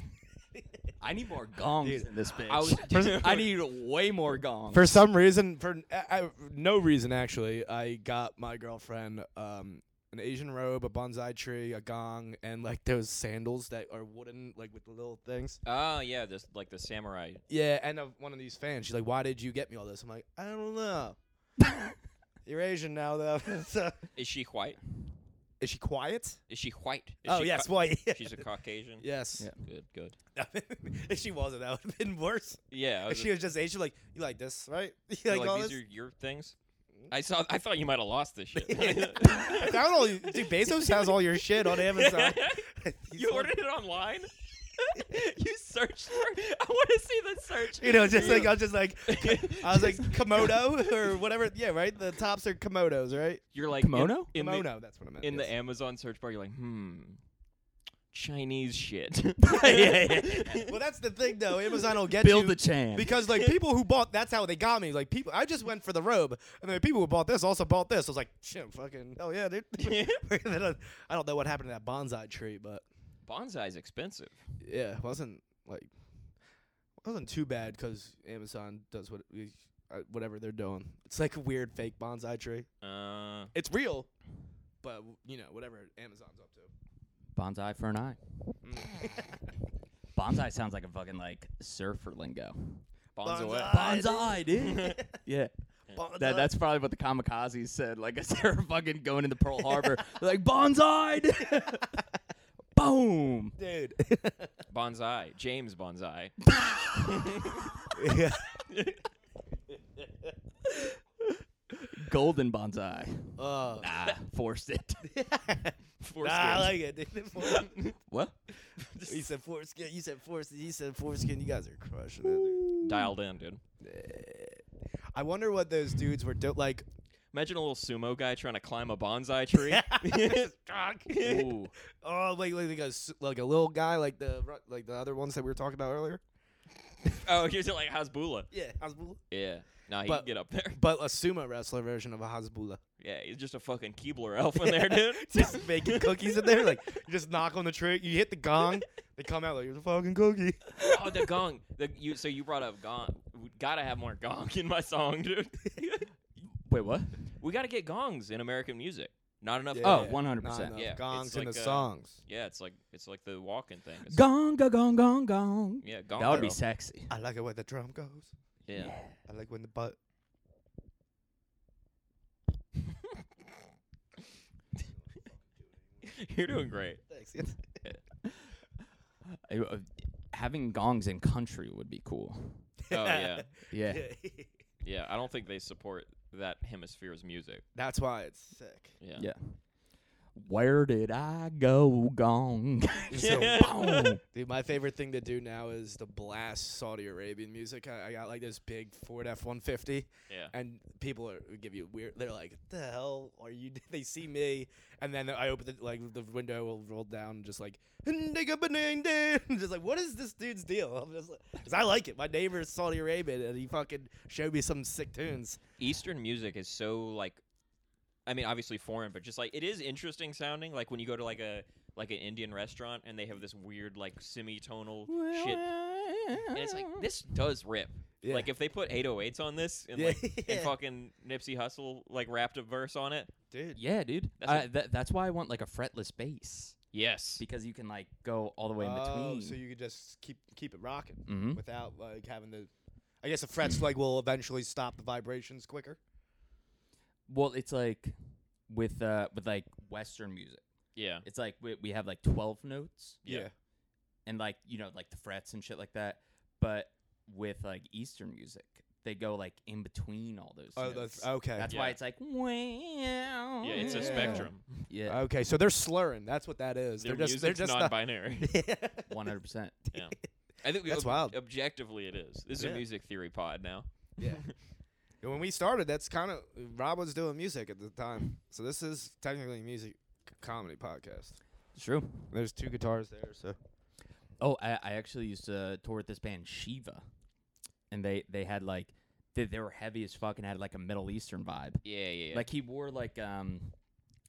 B: [LAUGHS] I need more gongs
C: Dude,
B: in this bitch.
C: [LAUGHS]
A: I was-
B: [LAUGHS] I need way more gongs.
C: For some reason, for I, I- no reason actually, I got my girlfriend um, an Asian robe, a bonsai tree, a gong, and like those sandals that are wooden, like with the little things.
A: Oh yeah, just like the samurai.
C: Yeah, and of one of these fans. She's like, "Why did you get me all this?" I'm like, "I don't
A: [LAUGHS]
C: know." You're Asian now, though. [LAUGHS] so,
A: Is she white?
C: is she quiet?
A: Is she white? Is
C: oh
A: she
C: yes,
A: Ca-
C: why? [LAUGHS]
A: she's a Caucasian.
C: yes.
B: Yeah.
A: Good, good.
C: [LAUGHS] if she wasn't, that would have been worse.
A: Yeah. I
C: If
A: was
C: she was just Asian, like you like this, right? [LAUGHS] You
A: They're
C: like, all
A: these
C: this?
A: are your things. I saw. I thought you might have
C: [LAUGHS]
A: lost this shit. [LAUGHS]
C: I found all. Dude, Bezos has all your shit
A: [LAUGHS]
C: on Amazon. [LAUGHS] He's
A: you
C: like-
A: ordered it online. [LAUGHS] you searched for. it? I want to see the search.
C: You know, just like I
A: You-
C: was just like
A: [LAUGHS]
C: I was like Komodo [LAUGHS] or whatever. Yeah, right. The tops are Komodos, right?
A: you're like in-
B: Kimono?
A: in, the-
C: Kimono. that's what I meant.
A: in the
C: yes.
A: Amazon search bar. You're like, hmm,
C: [LAUGHS]
A: Chinese shit. [LAUGHS]
C: Well, that's the thing though. Amazon will get
B: Build
C: you
B: the chain.
C: because like people who bought that's how they got me. Like people, I just went for the robe, and then people who bought this also bought this. I was like, shit, fucking, oh yeah,
A: [LAUGHS]
C: dude. [LAUGHS] Then I I don't know what happened to that bonsai tree, but
A: Bonsai's expensive.
C: yeah, it wasn't like wasn't too bad because Amazon does what it- uh, whatever they're doing. It's like a weird fake bonsai tree.
A: Uh,
C: It's real, but you know whatever Amazon's up to.
B: Bonsai for an eye.
C: [LAUGHS]
B: Bonsai sounds like a fucking like surfer lingo.
A: bonsai.
B: Bonsai, dude.
C: [LAUGHS]
B: yeah.
C: Bonsai.
B: That, that's probably what the kamikazes said. Like as they were fucking going
C: [LAUGHS]
B: into Pearl Harbor, They're like bonsai. [LAUGHS] dude."
C: [LAUGHS]
B: Boom.
C: dude.
A: Bonsai. James
C: [LAUGHS]
A: Bonsai.
C: yeah.
B: Golden bonsai.
C: Uh, [LAUGHS]
B: Ah, forced it.
A: Foreskin.
C: I like it. dude. [LAUGHS]
B: [LAUGHS] what?
C: you said foreskin. You said foreskin. You said foreskin. You guys are crushing it. dude.
A: Dialed in, dude.
C: I wonder what those dudes were doing. Like,
A: Imagine a little sumo guy trying to climb a
C: [LAUGHS]
A: bonsai tree. [LAUGHS] Ooh.
C: oh, like like like a, s- like a little guy, like the ru- like the other ones that we were talking about earlier.
A: Oh, here's it like Hasbula.
C: Yeah, Hasbula.
A: Yeah. Nah, he
C: But-
A: can get up there. [LAUGHS]
C: But a sumo wrestler version of a Hasbula.
A: Yeah, he's just a fucking Keebler elf
C: [LAUGHS]
A: in there, dude.
C: just making cookies in there. Like, you just knock on the tree. You hit the gong. They come out like, here's a fucking cookie.
A: [LAUGHS] oh, the gong. The, you, so you brought up gong. We gotta have more gong in my song, dude.
C: [LAUGHS]
B: Wait, what?
A: we gotta get gongs in American music. Not enough.
B: Oh,
A: gong.
B: 100%.
C: Not enough
A: Yeah, it's
C: Gongs in
A: like,
C: the
A: uh,
C: songs.
A: Yeah, it's like it's like the walking thing. It's,
B: Gong, gong, gong, gong, gong.
A: yeah, gong.
B: That would be
A: girl.
B: sexy.
C: I like it when the drum goes.
A: Yeah.
C: I like when the butt.
A: [LAUGHS] You're doing great.
C: Thanks. [LAUGHS]
B: I- uh, having gongs in country would be cool.
A: Oh yeah,
B: Yeah.
A: yeah. I don't think they support that hemisphere's music.
C: [LAUGHS] That's why it's sick.
A: Yeah.
C: [LAUGHS]
B: Yeah. Where did I go, gong? [LAUGHS]
A: [LAUGHS]
C: So-
B: Boom.
C: Dude, my favorite thing to do now is to blast Saudi Arabian music. I, I got like this big Ford F one fifty,
A: Yeah.
C: and people are give you weird. They're like, "The hell are you?" d-" [LAUGHS] They see me, and then I open the like the window will roll down, just like, "Nigga banana [LAUGHS] day." just like, what is this dude's deal? [LAUGHS] I'm just like, cause I like it. My neighbor's Saudi Arabian, and he fucking showed me some sick tunes.
A: Eastern music is so like, I mean, obviously foreign, but just like it is interesting sounding. Like when you go to like a like an Indian restaurant and they have this weird like semitonal shit, and it's like this does rip.
C: Yeah.
A: Like if they put 808s on this and
C: [LAUGHS] Yeah.
A: like and fucking Nipsey Hussle like rapped a verse on it.
C: Dude,
B: [LAUGHS] Yeah, dude.
A: That's
B: I, tha- that's why I want like a fretless bass
A: Yes.
B: because you can like go all the way in
A: Oh,
B: between.
C: Oh, so you could just keep keep it rocking
B: Mhm.
C: without like having the. I guess the frets like will eventually stop the vibrations quicker.
B: well, it's like with uh with like Western music.
A: Yeah.
B: It's like we, we have like twelve notes
A: Yeah.
B: and like you know like the frets and shit like that. But with like Eastern music, they go like in between all those.
C: Oh,
B: notes.
C: that's, okay.
B: That's why
A: Yeah.
B: it's like wow.
A: Oh, Yeah. It's a
C: Yeah.
A: spectrum.
B: Yeah,
C: Okay, so they're slurring. That's what that is.
A: Their
C: They're just they're
A: music's
C: just not. [LAUGHS]
A: non-binary.
B: [LAUGHS] one hundred percent.
A: I think
C: That's
A: ob-
C: wild.
A: Objectively, it is. This is
C: Yeah.
A: a music theory pod now.
C: [LAUGHS] yeah. And When we started, that's kind of Rob was doing music at the time, so this is technically a music c- comedy podcast.
B: True.
C: There's two guitars there, so
B: Oh, I, I actually used to tour with this band Shiva, and they they had like they, they were heavy as fuck and had like a Middle Eastern vibe.
A: Yeah. Yeah. yeah.
B: Like he wore like um,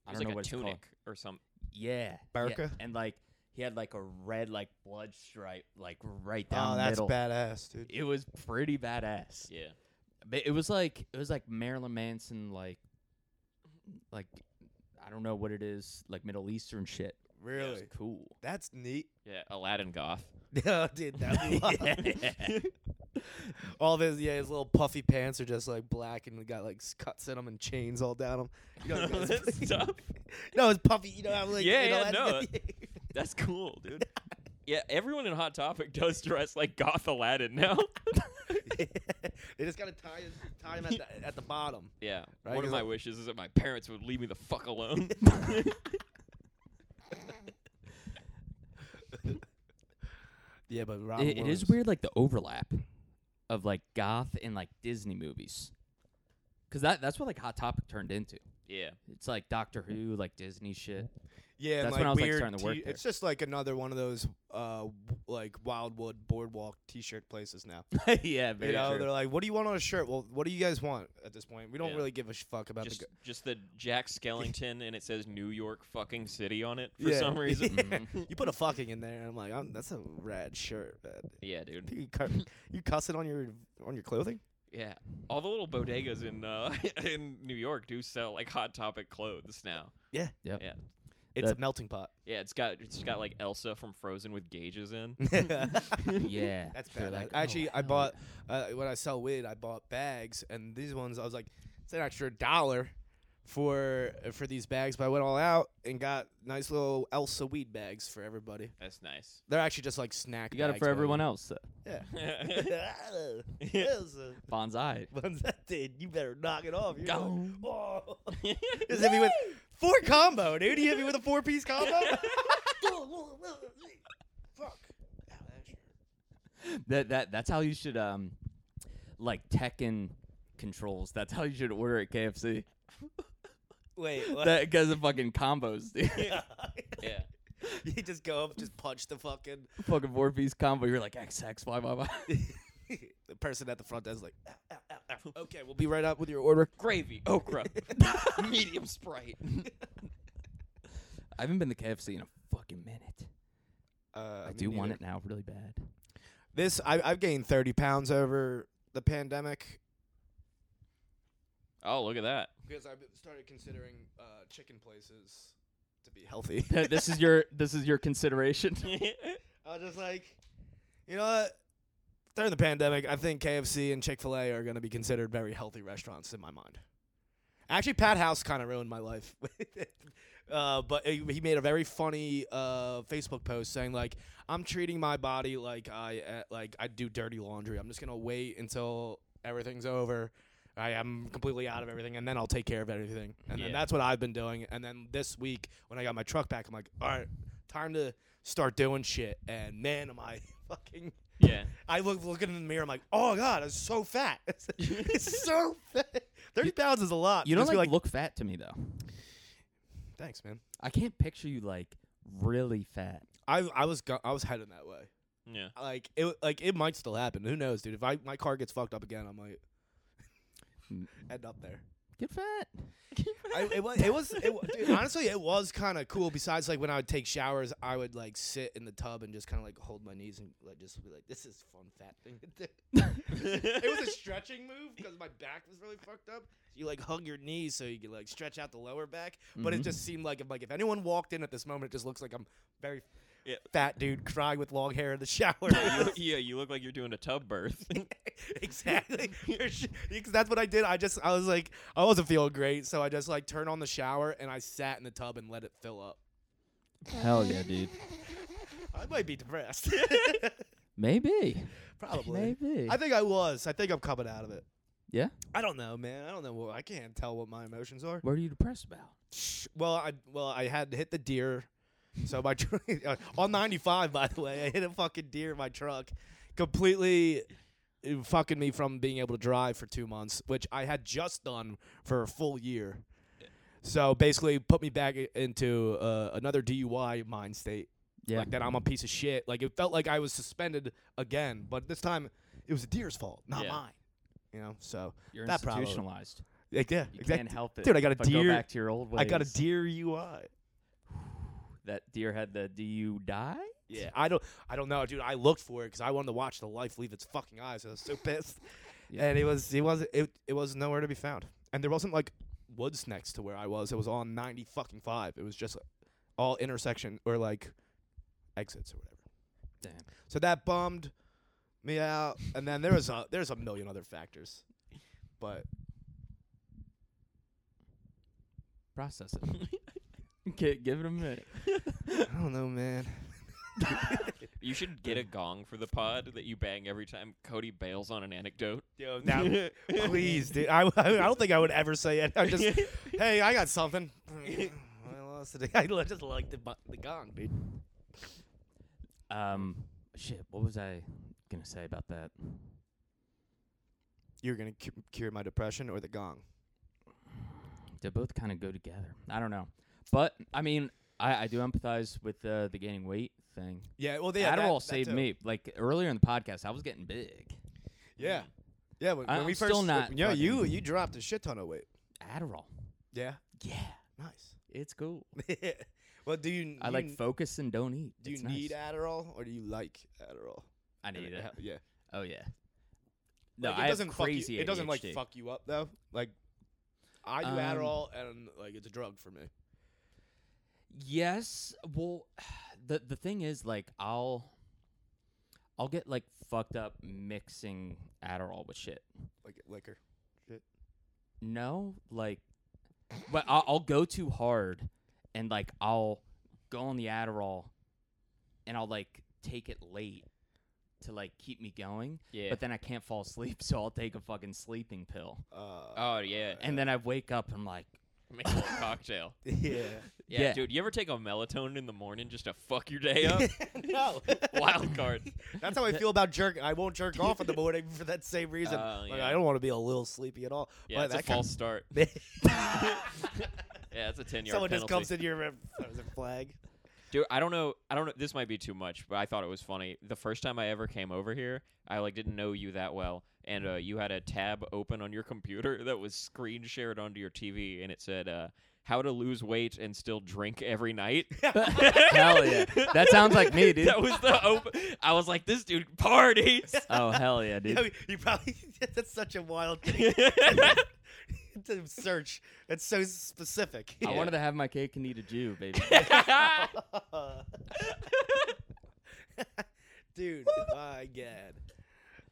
B: I
A: It was
B: don't know
A: like
B: what
A: a
B: it's called.
A: tunic
C: [LAUGHS]
A: or something.
B: Yeah, yeah,
C: Burqa?
B: and like he had like a red like blood stripe like right down
C: oh,
B: the
C: that's
B: middle.
C: badass, dude.
B: It was pretty badass.
A: Yeah.
B: But it was like it was like Marilyn Manson like like I don't know what it is like Middle Eastern shit.
A: was
C: Really,
B: Cool.
C: that's neat. [LAUGHS]
A: Yeah. Aladdin goth.
C: oh, dude, that'd be wild. [LAUGHS] All of his yeah, his little puffy pants are just like black and got like s- cuts in them and chains all down them. You [LAUGHS]
A: [LAUGHS]
C: know,
A: All
C: it's-
A: that stuff.
C: no, it's puffy. You know, I'm like
A: Yeah,
C: you know, [LAUGHS]
A: yeah,
C: that's-
A: That's cool,
C: [LAUGHS]
A: dude. Yeah, everyone in Hot Topic does dress like goth Aladdin now.
C: [LAUGHS] they just gotta tie his, tie him at the, at the [LAUGHS] bottom.
A: yeah.
C: Right,
A: One
C: 'cause
A: of my
C: I-
A: wishes is that my parents would leave me the fuck
C: [LAUGHS]
A: alone. [LAUGHS]
C: Yeah, but Robin
B: It, it is
C: Williams-
B: weird like the overlap of like goth and like Disney movies. Cuz that that's what like Hot Topic turned into.
A: yeah.
B: It's like Doctor Who, like Disney shit.
C: Yeah, and,
B: That's
C: like
B: when I was, like,
C: weird
B: starting to work
C: t-
B: there.
C: It's just like another one of those uh w- like Wildwood boardwalk T-shirt places now.
B: [LAUGHS] yeah, [LAUGHS] very
C: you know,
B: true.
C: they're like, "What do you want on a shirt?" Well, what do you guys want at this point? We don't
A: Yeah.
C: really give a sh- fuck about
A: Just
C: the.
A: just the Jack Skellington and it says New York fucking city on it for
C: Yeah.
A: some reason.
C: [LAUGHS] Yeah.
B: Mm-hmm.
C: you put a fucking in there, and I'm like, i "That's a rad shirt, man." [LAUGHS]
A: yeah, dude.
C: You,
B: [LAUGHS]
C: cu- you cuss it on your on your clothing?
A: Yeah. All the little bodegas in uh, [LAUGHS] in New York do sell like Hot Topic clothes now.
C: Yeah.
B: Yep.
A: Yeah.
C: It's
B: That-
C: a melting
B: [LAUGHS]
C: pot. [LAUGHS]
A: Yeah, it's got it's got like Elsa from Frozen with gauges in.
C: Mm. [LAUGHS] That's
B: yeah. They're
C: bad.
B: like, oh,
C: Actually, I
B: hell
C: bought uh, when I sell weed, I bought bags, and these ones I was like, it's an extra dollar for for these bags. But I went all out and got nice little Elsa weed bags for everybody.
A: That's nice.
C: They're actually just like snack.
B: You got it for everyone else. uh,
C: Yeah.
A: yeah,
B: [LAUGHS]
C: Elsa.
B: Bonsai.
C: One's that dude, you better knock it off. You're like,
B: Gone.
C: "Whoa." Just hit me
A: [LAUGHS]
C: with four combo, dude. You hit me with a four piece
B: [LAUGHS]
C: combo. [LAUGHS] Fuck. Ow, that actually hurt.
B: That that that's how you should um like Tekken controls. That's how you should order at KFC.
C: Wait, what? [LAUGHS]
B: That because of fucking combos, dude.
C: you just go up, just punch the fucking
B: [LAUGHS] fucking four piece combo. You're like X X Y Y
C: [LAUGHS]
B: Y.
C: the person at the front desk, like, "Ow, ow, ow, ow." okay, we'll be right up with your order.
A: Gravy, okra, medium sprite.
B: I haven't been to KFC in a fucking minute.
C: Uh,
B: I do want it now
C: [LAUGHS]
B: really bad.
C: This I, I've gained thirty pounds over the pandemic
A: Oh, look at that.
C: because I started considering uh, chicken places to be
B: [LAUGHS]
C: healthy.
B: this is your this is your consideration.
C: I was just like, you know what? During the pandemic, I think KFC and Chick Fil A are going to be considered [LAUGHS] very healthy restaurants in my mind. Actually, Pat House kind of ruined my life. Uh, but he he made a very funny uh, Facebook post saying like, "I'm treating my body like I uh, like I do dirty laundry. I'm just gonna wait until everything's over. I am completely out of everything, and then I'll take care of everything. And then
A: Yeah.
C: that's what I've been doing. And then this week when I got my truck back, I'm like, all right, time to start doing shit. And man, am I [LAUGHS] fucking
A: Yeah.
C: I look looking in the mirror. I'm like, oh god, I'm so fat. [LAUGHS] it's so fat. Thirty pounds is a lot.
B: [LAUGHS] You don't
C: Just be
B: like, look fat to me though.
C: Thanks, man.
B: I can't picture you like really fat.
C: I I was go- I was heading that way.
A: Yeah.
C: Like it like it might still happen. Who knows, dude? If I my car gets fucked up again, I might [LAUGHS] end up there.
B: Get fat.
C: I, it was [LAUGHS] it was it, wa- dude, honestly it was kind of cool. Besides, like when I would take showers, I would like sit in the tub and just kind of like hold my knees and like just be like, this is fun fat thing to do.
A: [LAUGHS]
C: it was a stretching move because my back was really fucked up. You like hug your knees so you can like stretch out the lower back, but
A: Mm-hmm.
C: it just seemed like if like if anyone walked in at this moment, it just looks like I'm very
A: Yeah.
C: fat dude crying with long hair in the [LAUGHS] shower.
A: [LAUGHS] You look- yeah, you look like you're doing a tub birth.
C: [LAUGHS] exactly. Because that's what I did. I just I was like I wasn't feeling great, so I just like turned on the shower and I sat in the tub and let it fill up.
B: Hell yeah, dude.
C: I might be depressed. [LAUGHS]
B: Maybe.
C: Probably.
B: Maybe.
C: I think I was. I think I'm coming out of it.
B: yeah.
C: I don't know, man. I don't know. What, I can't tell what my emotions are.
B: What are you depressed about?
C: Well, I well I had hit the deer, so my [LAUGHS] truck on 95. By the way, I hit a fucking deer in my truck, completely uh, fucking me from being able to drive for two months, which I had just done for a full year. So basically, put me back i- into uh, another DUI mind state.
B: Yeah.
C: Like that, I'm a piece of shit. Like it felt like I was suspended again, but this time it was the deer's fault, not
A: Yeah.
C: mine. You know, so
B: You're
C: that probably-
B: institutionalized.
C: like, yeah,
B: You
C: exactly.
B: can't help it.
C: Dude, I got a
B: But
C: deer-
B: Go back to your old ways.
C: I got a deer UI.
B: That deer had the. Do you die?
C: Yeah, I don't, I don't know, dude. I looked for it because I wanted to watch the life leave its fucking eyes. I was so [LAUGHS] pissed,
B: Yeah.
C: and it was, it was, it, it was nowhere to be found. And there wasn't like woods next to where I was. It was on ninety fucking five. It was just all intersection or like exits or whatever.
B: Damn.
C: So that bummed me out. And then there was a, there's a million other factors, but
B: Process
C: [LAUGHS]
B: it. Gi- give it a minute.
C: I don't know, man.
A: you should get a gong for the pod that you bang every time Cody bails on an anecdote.
C: Yo,
A: [LAUGHS]
C: now, please, dude. I, [LAUGHS] I don't think I would ever say it. I just, hey, I got something. I lost it. [LAUGHS] I li- just like the, bu- the gong, dude.
B: Um, shit. What was I gonna say about that?
C: You're gonna cu- cure my depression or the gong?
B: They both kind of go together. I don't know, but I mean, I, I do empathize with uh, the gaining weight thing.
C: Yeah. Well,
B: Yeah,
C: yeah,
B: Adderall
C: that, that
B: saved
C: too.
B: me. Like earlier in the podcast, I was getting big.
C: Yeah. Yeah. When,
B: I-
C: when we
B: I'm
C: first,
B: still not
C: Yeah, you
B: fucking-
C: you dropped a shit ton of weight.
B: Adderall.
C: Yeah.
B: Yeah,
C: Nice. [LAUGHS]
B: it's cool.
C: well, do you?
B: I
C: you
B: like
C: n-
B: focus and don't eat.
C: Do you
B: It's nice.
C: need Adderall or do you like Adderall?
B: I
C: [LAUGHS]
B: need it.
C: Yeah.
B: Oh yeah. No,
C: Like,
B: I
C: it
B: have
C: doesn't
B: crazy.
C: fuck you, it doesn't like
B: ADHD.
C: fuck you up though. Like I do
B: Um,
C: Adderall and like it's a drug for me.
B: Yes. Well, [SIGHS] the the thing is, like, I'll I'll get like fucked up mixing Adderall with shit.
C: Like liquor.
B: No, like, but I'll, I'll go too hard, and like I'll go on the Adderall, and I'll like take it late to like keep me going.
A: Yeah.
B: But then I can't fall asleep, [LAUGHS] so I'll take a fucking sleeping pill,
C: Uh,
A: oh yeah.
B: and then I wake up and
A: [LAUGHS]
B: I'm like,
A: Make a little cocktail.
C: [LAUGHS]
B: [LAUGHS]
C: yeah.
A: Yeah,
B: Yeah.
A: dude. You ever take a melatonin in the morning just to fuck your day
B: [LAUGHS]
A: up?
C: [LAUGHS] no.
A: Wild card.
C: That's how I feel about jerking. I won't jerk off in the morning for that same reason.
A: Oh,
C: Like,
A: yeah.
C: I don't want to be a little sleepy at all. [LAUGHS]
A: Yeah,
C: but
A: it's a
C: that kind
A: false start. Yeah, that's a ten yard
C: Someone
A: penalty.
C: just comes in your room. [LAUGHS] That was a flag.
A: Dude, I don't know. I don't know. This might be too much, but I thought it was funny. The first time I ever came over here, I like didn't know you that well, and uh, you had a tab open on your computer [LAUGHS] that was screen shared onto your TV, and it said uh, "How to lose weight and still drink every night."
B: [LAUGHS]
A: [LAUGHS]
B: hell yeah, that sounds like me, dude.
A: that was the open. I was like, "This dude
B: [LAUGHS]
A: parties." [LAUGHS]
B: oh hell yeah, dude.
C: I mean, you probably [LAUGHS] that's such a wild
A: [LAUGHS]
C: thing [LAUGHS]
A: yeah,
C: to search. That's so specific.
B: I
A: Yeah.
B: wanted to have my cake and eat a Jew, baby.
C: [LAUGHS] Dude, my god.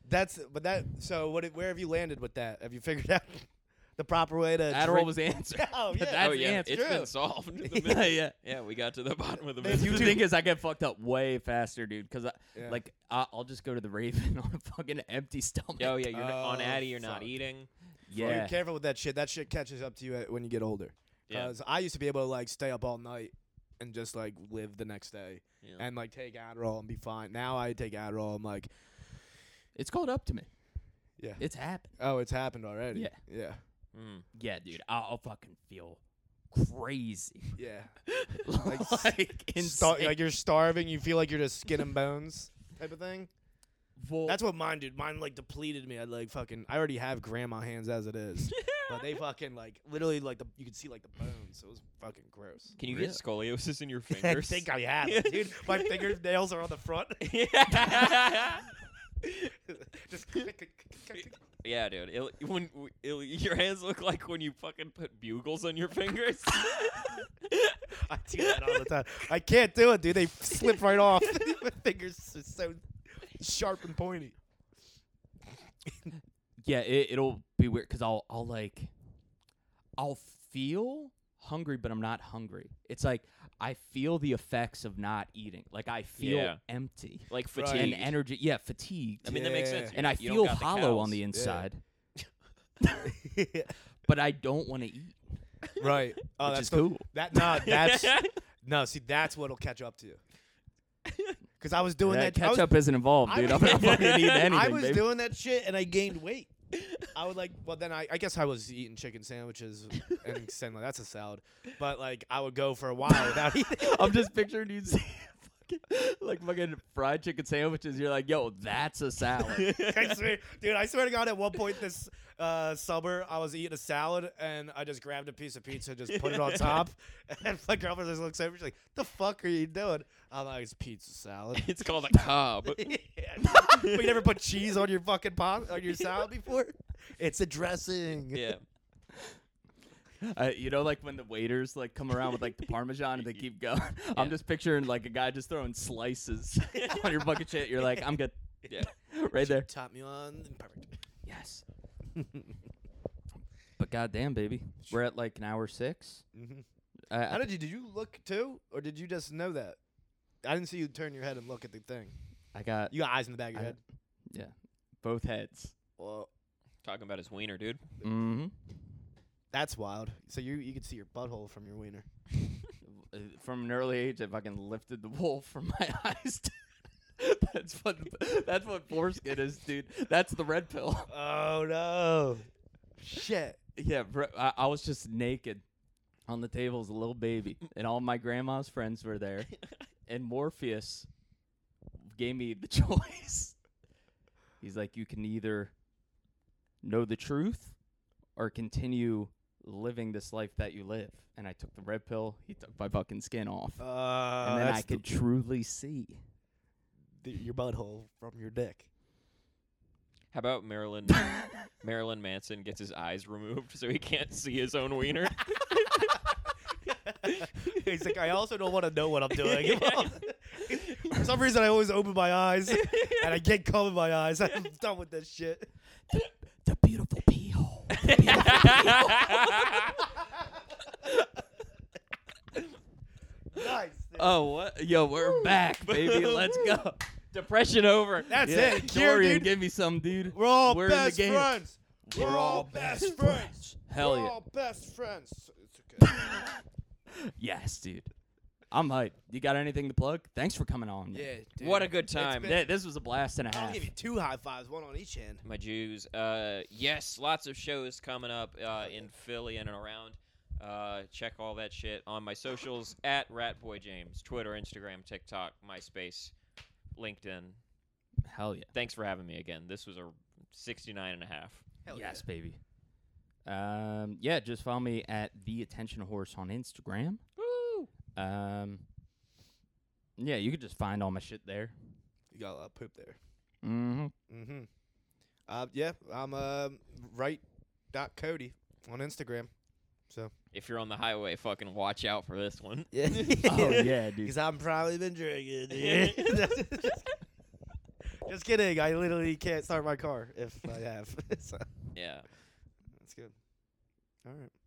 C: That's but that so what where have you landed with that? Have you figured out [LAUGHS] the proper way to
B: Adderall
C: drink-
B: was the answer.
C: [LAUGHS] Oh
A: [LAUGHS]
C: yeah.
B: That's
A: oh
B: the
A: yeah,
B: answer.
A: it's
C: True.
A: been solved. The
B: yeah,
A: myth-
B: [LAUGHS] yeah.
A: yeah, we got to the bottom of the
C: If
A: myth.
C: you
B: The
C: do-
B: [LAUGHS] thing is, I get fucked up way faster, dude. Because
C: Oh, Yeah.
B: like I, I'll just go to the Raven [LAUGHS] on a fucking empty stomach.
A: Oh yeah, you're not on
C: Oh,
A: Addy. You're not
C: fuck.
A: eating.
C: Well,
B: [LAUGHS] yeah.
C: You're careful with that shit. That shit catches up to you at- when you get older.
A: Yeah.
C: Because I used to be able to like stay up all night and just like live the next day
A: Yeah.
C: and like take Adderall and be fine. Now I take Adderall. I'm like,
B: It's called up to me.
C: Yeah.
B: It's happened.
C: oh, it's happened already.
B: Yeah.
C: Yeah.
A: Mm.
B: Yeah, dude. I'll, I'll fucking feel crazy.
C: [LAUGHS] Yeah.
B: [LAUGHS] like,
C: s- Star- like you're starving. You feel like you're just skin and bones type of thing.
B: [LAUGHS] Well, [LAUGHS]
C: That's what mine, dude. Mine like depleted me. I like fucking. I already have grandma hands as it [LAUGHS] is, but they fucking like literally like the you could see like the bones. So it was fucking gross.
A: Can you
B: Really?
A: get scoliosis [LAUGHS] in your
C: I
A: fingers?
C: [LAUGHS] think I have, it, dude. My fingernails are on the [LAUGHS] front. just click, click, click, click, click.
A: yeah, dude. It'll, when w- it'll, your hands look like when you fucking put bugles on your fingers.
C: [LAUGHS] I do that all the time. I can't do it, dude. They slip right off. [LAUGHS] My fingers are so sharp and
B: [LAUGHS]
C: pointy.
B: yeah, it, it'll be weird because I'll, I'll like, I'll feel hungry, but I'm not hungry. It's like I feel the effects of not eating. Like I feel
A: Yeah.
B: empty
A: like
C: Right.
A: fatigue.
B: and energy. Yeah, fatigue.
A: I mean, that makes
C: Yeah.
A: sense.
B: and I
A: You don't
B: feel
A: got the
B: hollow on
A: cows. [LAUGHS]
B: the inside,
C: Yeah.
B: but I don't want to eat.
C: Right. [LAUGHS] Oh,
B: Which
C: that's
B: is
C: the-
B: cool.
C: That no,
B: [LAUGHS]
C: that's no. See, that's what'll catch up to you. Because I was doing that. I was,
B: ketchup isn't involved,
C: I
B: dude.
C: was-
B: I'm not fucking eating
C: [LAUGHS]
B: anything.
C: I was
B: baby.
C: doing that shit and I gained weight. I would like, well, then I, I guess I was eating chicken
B: [LAUGHS]
C: sandwiches and saying, like, that's a salad. But like, I would go for a while
B: [LAUGHS]
C: without eating.
B: I'm just [LAUGHS] picturing you saying fucking, like fucking fried chicken sandwiches. You're like, yo, that's
C: [LAUGHS]
B: a salad.
C: I swear, dude, I swear to God, at one point this uh, summer, I was eating a salad and I just grabbed a piece of pizza, and just put
B: [LAUGHS]
C: it on top. And my girlfriend just looks over, she's like, the fuck are you doing? I'm like, it's pizza salad.
B: [LAUGHS]
C: [LAUGHS]
A: It's called a cob. [LAUGHS]
C: we never put cheese on your fucking pot on your salad before. It's a dressing.
A: yeah.
B: uh, you know, like when the waiters like come around with like the parmesan and they keep going. [LAUGHS] I'm just picturing like a guy just throwing slices [LAUGHS] on your bucket shit.
C: [LAUGHS]
B: You're like, I'm good.
A: Yeah.
B: Right there.
C: Top me on perfect.
B: Yes. [LAUGHS] But goddamn, baby, we're at like an hour six.
C: Mhm.
B: I, I
C: How did you? Did you look too, or did you just know that? I didn't see you turn your head and look at the thing.
B: I got
C: You got eyes in the back of your
B: I-
C: head.
B: both heads.
C: Well,
A: Talking about his wiener, dude.
B: Mm-hmm.
C: that's wild. So you you could see your butthole from your wiener.
B: uh, from an early age, I fucking lifted the wool from my [LAUGHS] eyes. [LAUGHS] that's what that's what foreskin is, dude. That's the red pill.
C: Oh no! Shit.
B: Yeah, bro, I, I was just naked on the table as a little baby, and all my grandma's friends were [LAUGHS] there, and Morpheus gave me the [LAUGHS] choice. He's like, you can either know the truth or continue living this life that you live. And I took the red pill. He took my fucking skin off.
C: Uh,
B: and then I
C: that's
B: could truly see.
C: the, your butthole from your dick. [LAUGHS]
A: How about Marilyn Marilyn Manson gets his eyes removed so he can't see his own
C: [LAUGHS]
A: wiener? [LAUGHS]
C: He's like, I also don't want to know what I'm
B: [LAUGHS]
C: doing. [LAUGHS] For some reason, I always open my eyes and I get cum in my eyes. [LAUGHS] I'm done with this shit. [LAUGHS]
B: The, the beautiful pee hole.
C: Nice. dude.
B: [LAUGHS] oh, what? Yo, we're back, baby. [LAUGHS] Let's go. Depression over.
C: [LAUGHS] That's it. Cure,
B: Dorian,
C: dude.
B: give me some, dude.
C: We're all
B: We're in the
C: best
B: game.
C: friends.
B: We're all best friends. Hell
C: We're
B: yeah.
C: all best friends. It's okay.
B: Yes, dude. I'm hyped. You got anything to plug? Thanks for coming on. man.
C: dude.
A: what a good time.
C: been-
B: Yeah, this was a blast and a
C: I'll
B: half.
C: give you two high fives, one on each hand.
A: my Jews. Uh, yes, lots of shows coming up uh, in Philly and around. Uh, check all that shit on my socials at Ratboy James, Twitter, Instagram, TikTok, MySpace, LinkedIn.
B: Hell yeah.
A: Thanks for having me again. This was a 69 and a half.
C: Hell
B: yes, baby. Um, yeah, just follow me at the attention horse on Instagram. Woo! Um, yeah, you could just find all my shit there.
C: You got a lot of poop there.
B: Mm-hmm.
C: Mm-hmm. Uh, yeah, I'm uh, right dot Cody on Instagram.
A: If you're on the highway, fucking watch out for this one.
C: Yeah. [LAUGHS]
B: Oh yeah, dude.
C: Because I'm probably been drinking. [LAUGHS] dude. Just kidding. I literally can't start my car if I have. [LAUGHS] so,
A: Yeah.
C: that's good. All right.